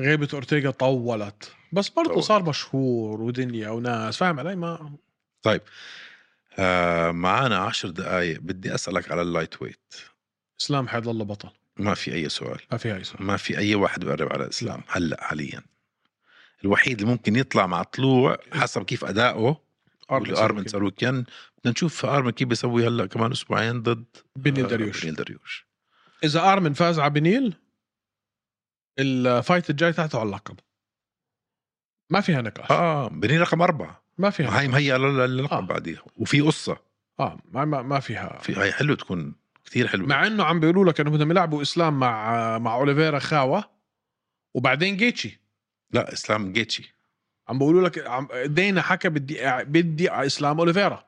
Speaker 2: غيبه اورتيغا طولت بس برضه
Speaker 1: طولت.
Speaker 2: صار مشهور ودنيا وناس فاهم علي ما
Speaker 1: طيب، آه معانا 10 دقائق بدي اسالك على اللايت ويت
Speaker 2: اسلام حيضله بطل
Speaker 1: ما في اي سؤال
Speaker 2: ما في هاي سؤال
Speaker 1: ما في اي واحد بيقرب على الاسلام هلا حاليا الوحيد اللي ممكن يطلع مع طلوع حسب كيف ادائه واللي ارمن ساروكيان بدنا نشوف ارمن كيف بيسوي هلا كمان اسبوعين ضد
Speaker 2: بني
Speaker 1: آه،
Speaker 2: دريوش
Speaker 1: بنيل دريوش
Speaker 2: اذا ارمن فاز على بنيل الفايت الجاي تحته على اللقب ما فيها نقاش
Speaker 1: اه بنيل رقم اربعه
Speaker 2: ما فيها
Speaker 1: هاي مهيئه لل- للقب
Speaker 2: يعني. آه.
Speaker 1: بعديها وفي قصه
Speaker 2: اه ما ما, ما فيها
Speaker 1: في هاي حلو تكون كثير حلو
Speaker 2: مع انه عم بيقولوا لك انه بدهم يلعبوا اسلام مع مع اوليفيرا خاوه وبعدين جيتشي
Speaker 1: لا اسلام جيتشي
Speaker 2: عم بيقولوا لك عم دينا حكى بدي بدي على اسلام اوليفيرا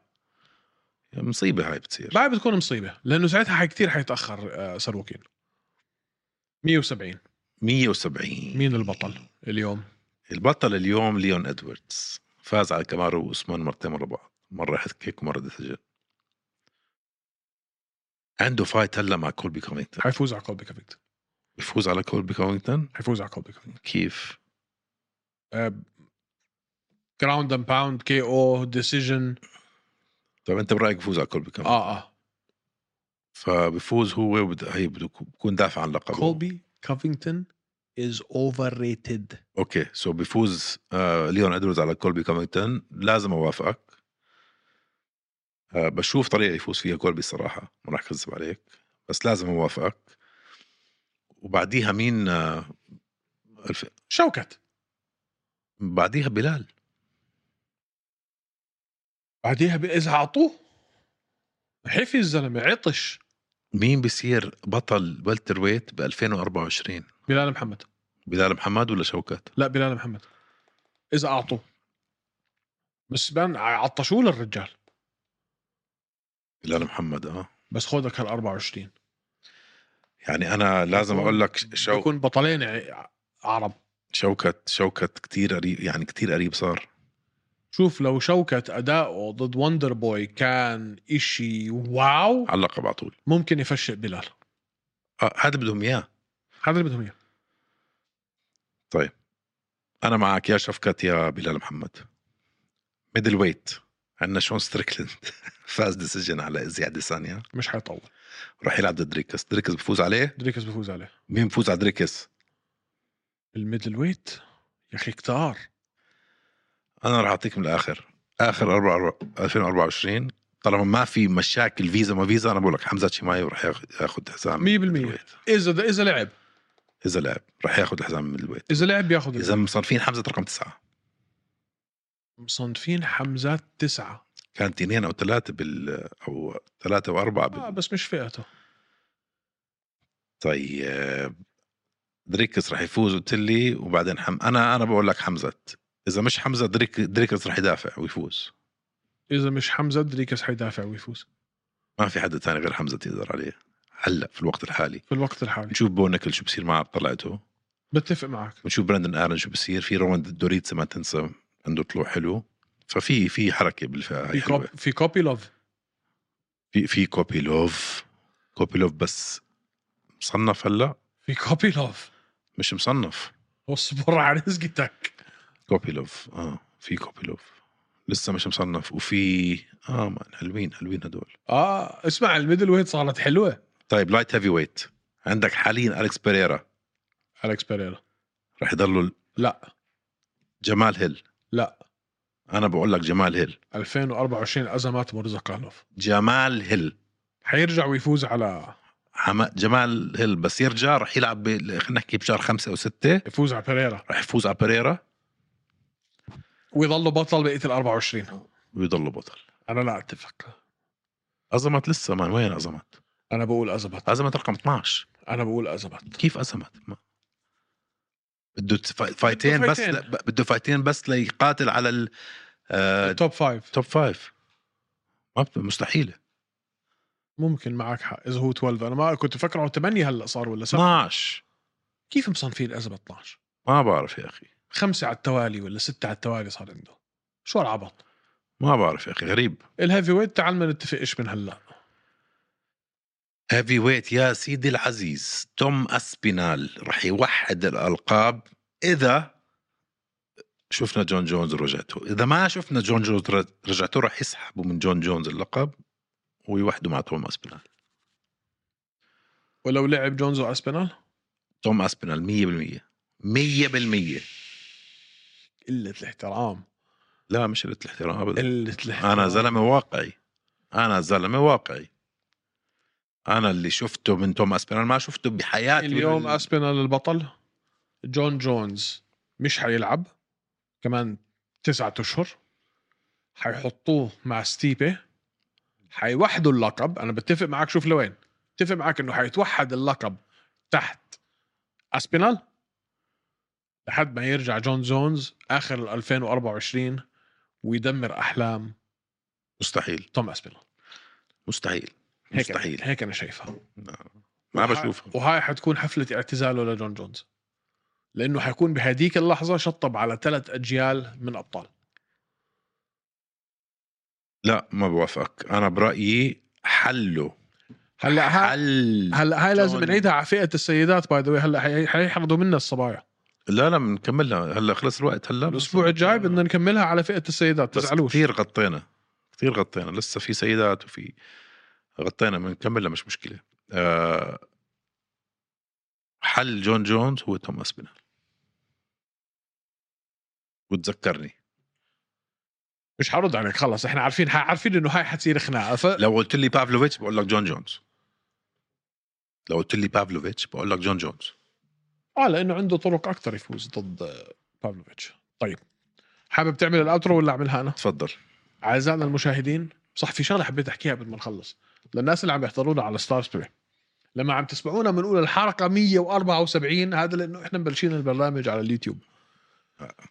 Speaker 1: مصيبه هاي بتصير
Speaker 2: بعد بتكون مصيبه لانه ساعتها حي كثير حيتاخر آه، سروكين 170
Speaker 1: 170
Speaker 2: مين البطل اليوم
Speaker 1: البطل اليوم ليون ادواردز فاز على كامارو واسمان مرتين ورا بعض مره حط كيك ومره ديسيجن عنده فايت هلا مع كولبي كومينتون
Speaker 2: حيفوز على كولبي كافينجتون
Speaker 1: بيفوز على كولبي كومينتون
Speaker 2: حيفوز على كولبي كافينجتون
Speaker 1: كيف
Speaker 2: جراوند اند باوند كي او ديسيجن
Speaker 1: طب انت برايك بيفوز على كولبي كومينتون
Speaker 2: اه اه
Speaker 1: فبيفوز هو وبد- هي بده يكون- بكون دافع عن لقبه
Speaker 2: كولبي كافينجتون از اوفر ريتد
Speaker 1: اوكي سو بيفوز آه ليون ادواردز على كولبي كومينتون لازم اوافقك آه بشوف طريقه يفوز فيها كولبي الصراحه ما راح اكذب عليك بس لازم اوافقك وبعديها مين آه الف...
Speaker 2: شوكت
Speaker 1: بعديها بلال
Speaker 2: بعديها ب- اذا اعطوه حفي الزلمه عطش
Speaker 1: مين بصير بطل والتر ويت ب 2024
Speaker 2: بلال محمد
Speaker 1: بلال محمد ولا شوكات
Speaker 2: لا بلال محمد اذا اعطوه بس بان عطشوه للرجال
Speaker 1: بلال محمد اه
Speaker 2: بس خودك هال 24
Speaker 1: يعني انا لازم
Speaker 2: بكون-
Speaker 1: اقول لك شو
Speaker 2: يكون بطلين ع- عرب
Speaker 1: شوكت شوكت كتير قريب يعني كتير قريب صار
Speaker 2: شوف لو شوكت اداؤه ضد وندر بوي كان اشي واو
Speaker 1: على اللقب على طول
Speaker 2: ممكن يفشق بلال
Speaker 1: آه هذا بدهم اياه
Speaker 2: هذا اللي بدهم اياه
Speaker 1: انا معك يا شفكت يا بلال محمد ميدل ويت عندنا شون ستريكلند فاز ديسيجن على زياده ثانيه
Speaker 2: مش حيطول
Speaker 1: راح يلعب ضد دريكس دريكس بفوز عليه
Speaker 2: دريكس بفوز عليه
Speaker 1: مين بفوز على دريكس
Speaker 2: الميدل ويت يا اخي كتار
Speaker 1: انا راح اعطيكم الاخر اخر 4 2024 طالما ما في مشاكل فيزا ما فيزا انا بقول لك حمزه شمايو راح ياخذ حزام
Speaker 2: 100%
Speaker 1: ميدل ويت.
Speaker 2: اذا اذا لعب
Speaker 1: اذا لعب راح ياخذ حزام ميدل ويت
Speaker 2: اذا لعب بياخذ
Speaker 1: اذا
Speaker 2: اذا
Speaker 1: مصنفين حمزه رقم تسعه
Speaker 2: مصنفين حمزات تسعه
Speaker 1: كانت اثنين او ثلاثه بال او ثلاثه واربعه بال...
Speaker 2: آه بس مش فئته
Speaker 1: طيب دريكس رح يفوز قلت لي وبعدين حم... انا انا بقول لك حمزه اذا مش حمزه دريك دريكس رح يدافع ويفوز
Speaker 2: اذا مش حمزه دريكس حيدافع ويفوز
Speaker 1: ما في حدا تاني غير حمزه يقدر عليه هلا في الوقت الحالي
Speaker 2: في الوقت الحالي
Speaker 1: نشوف بونكل شو بصير معه بطلعته
Speaker 2: بتفق معك
Speaker 1: ونشوف براندن ارن شو بصير في رومان دوريتس ما تنسى عنده طلوع حلو ففي في حركه بالفئه
Speaker 2: في
Speaker 1: هاي
Speaker 2: كوب
Speaker 1: حلوه
Speaker 2: في كوبي لوف
Speaker 1: في في كوبي لوف كوبي لوف بس مصنف هلا
Speaker 2: في كوبي لوف
Speaker 1: مش مصنف
Speaker 2: اصبر على رزقتك
Speaker 1: كوبيلوف اه في كوبيلوف لسه مش مصنف وفي اه مان حلوين حلوين هدول
Speaker 2: اه اسمع الميدل ويت صارت حلوه
Speaker 1: طيب لايت هيفي ويت عندك حاليا اليكس بيريرا
Speaker 2: الكس بيريرا
Speaker 1: رح يضلوا
Speaker 2: لا
Speaker 1: جمال هيل
Speaker 2: لا
Speaker 1: انا بقول لك جمال هيل
Speaker 2: 2024 ازمات مرزقانوف
Speaker 1: جمال هيل
Speaker 2: حيرجع ويفوز على
Speaker 1: حما... جمال هيل بس يرجع رح يلعب ب... خلينا نحكي بشهر خمسة او ستة
Speaker 2: يفوز على بيريرا
Speaker 1: رح يفوز على بيريرا
Speaker 2: ويضل بطل بقيه ال 24
Speaker 1: ويضلوا بطل
Speaker 2: انا لا اتفق
Speaker 1: أزمت لسه مان وين أزمت؟
Speaker 2: انا بقول ازمات
Speaker 1: أزمت رقم 12
Speaker 2: انا بقول ازمات
Speaker 1: كيف أزمت؟ ما. بده تف- فايتين بس
Speaker 2: فايتين.
Speaker 1: ل... بده فايتين بس ليقاتل على ال... آه...
Speaker 2: توب فايف
Speaker 1: توب فايف ما بت- مستحيلة
Speaker 2: ممكن معك حق اذا هو 12 انا ما كنت فكره 8 هلا صار ولا سبعه
Speaker 1: 12
Speaker 2: كيف مصنفين ازمه 12
Speaker 1: ما بعرف يا أخي
Speaker 2: خمسه على التوالي ولا سته على التوالي صار عنده شو العبط
Speaker 1: ما بعرف يا أخي غريب
Speaker 2: الهيفي ويت تعال ما نتفقش من هلا
Speaker 1: هيفي ويت يا سيدي العزيز توم أسبينال رح يوحد الألقاب إذا شفنا جون جونز ورجعته إذا ما شفنا جون جونز ر- رجعته رح يسحبوا من جون جونز اللقب ويوحدوا مع توم أسبينال
Speaker 2: ولو لعب جونز واسبينال
Speaker 1: توم أسبينال مية بالمية مية بالمية
Speaker 2: قله الاحترام
Speaker 1: لا مش قلة الاحترام أبدا
Speaker 2: قله الاحترام
Speaker 1: انا زلمه واقعي انا زلمه واقعي انا اللي شفته من توم اسبينال ما شفته بحياتي
Speaker 2: اليوم
Speaker 1: بال-
Speaker 2: اسبينال البطل جون جونز مش حيلعب كمان تسعة اشهر حيحطوه مع ستيبه حيوحدوا اللقب انا بتفق معك شوف لوين بتفق معك انه حيتوحد اللقب تحت اسبينال لحد ما يرجع جون جونز اخر ال 2024 ويدمر احلام
Speaker 1: مستحيل
Speaker 2: توم اسبينال
Speaker 1: مستحيل
Speaker 2: هيك
Speaker 1: مستحيل
Speaker 2: هيك انا شايفها
Speaker 1: ما
Speaker 2: وح-
Speaker 1: بشوفه
Speaker 2: وهاي حتكون حفلة اعتزاله لجون جونز لأنه حيكون بهديك اللحظة شطب على ثلاث أجيال من أبطال
Speaker 1: لا ما بوافقك انا برايي حله
Speaker 2: هلا ها
Speaker 1: حل
Speaker 2: هلا هاي لازم
Speaker 1: جون.
Speaker 2: نعيدها على فئة السيدات باي ذا هلا حي- حيحرضوا منا الصبايا
Speaker 1: لا لا بنكملها هلا خلص الوقت هلا
Speaker 2: الأسبوع الجاي بدنا نكملها على فئة السيدات
Speaker 1: بس
Speaker 2: تزعلوش
Speaker 1: كثير غطينا كثير غطينا لسه في سيدات وفي غطينا بنكملها مش مشكله أه حل جون جونز هو توم اسبينال وتذكرني
Speaker 2: مش حرض عليك خلص احنا عارفين عارفين انه هاي حتصير خناقة ف...
Speaker 1: لو قلت لي بافلوفيتش بقول لك جون جونز لو قلت لي بافلوفيتش بقول لك جون جونز
Speaker 2: اه لأنه عنده طرق أكثر يفوز ضد آه، بافلوفيتش طيب حابب تعمل الأوترو ولا أعملها أنا؟
Speaker 1: تفضل
Speaker 2: اعزائنا المشاهدين صح في شغله حبيت احكيها قبل ما نخلص للناس اللي عم يحضرونا على ستار ستوري لما عم تسمعونا بنقول الحلقه 174 هذا لانه احنا مبلشين البرنامج على اليوتيوب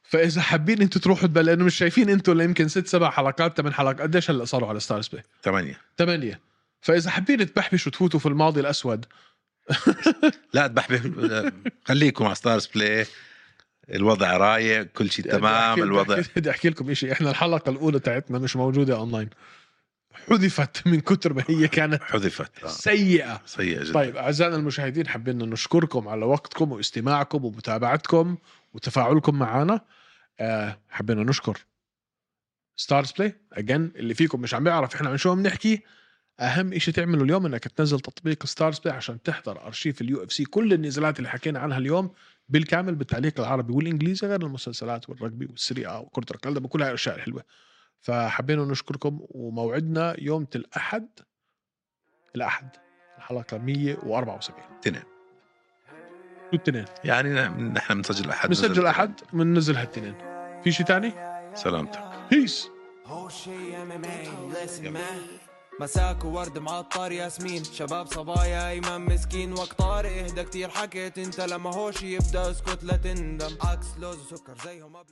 Speaker 2: فاذا حابين انتم تروحوا تبل- لانه مش شايفين انتم اللي يمكن ست سبع حلقات ثمان حلقات قديش هلا صاروا على ستار سبي
Speaker 1: ثمانية
Speaker 2: ثمانيه فاذا حابين تبحبشوا وتفوتوا في الماضي الاسود
Speaker 1: لا تبحبح خليكم على ستارز بلاي الوضع رايق كل شيء تمام
Speaker 2: بدي أحكي-
Speaker 1: الوضع
Speaker 2: بدي أحكي- بدي احكي لكم شيء احنا الحلقه الاولى تاعتنا مش موجوده اونلاين حذفت من كتر ما هي كانت
Speaker 1: حذفت آه،
Speaker 2: سيئه
Speaker 1: سيء جدا
Speaker 2: طيب اعزائنا المشاهدين حابين إن نشكركم على وقتكم واستماعكم ومتابعتكم وتفاعلكم معنا آه حابين نشكر ستارز بلاي اجين اللي فيكم مش عم بيعرف احنا عن شو عم نحكي اهم شيء تعمله اليوم انك تنزل تطبيق ستارز بلاي عشان تحضر ارشيف اليو اف سي كل النزالات اللي حكينا عنها اليوم بالكامل بالتعليق العربي والانجليزي غير المسلسلات والرجبي والسري اه وكره القدم وكل هاي الاشياء الحلوه فحبينا نشكركم وموعدنا يوم الاحد الاحد الحلقه 174
Speaker 1: اثنين.
Speaker 2: شو التنين
Speaker 1: يعني نحن- نحن بنسجل احد
Speaker 2: بنسجل احد بننزل هالتنين في شيء تاني
Speaker 1: سلامتك
Speaker 2: بيس
Speaker 3: هو شي ام ام ليسن مان مساك وورد معطر ياسمين شباب صبايا ايمن مسكين وقت طارق اهدى كتير حكيت انت لما هوش يبدا اسكت لا تندم عكس لوز وسكر زيهم ابيض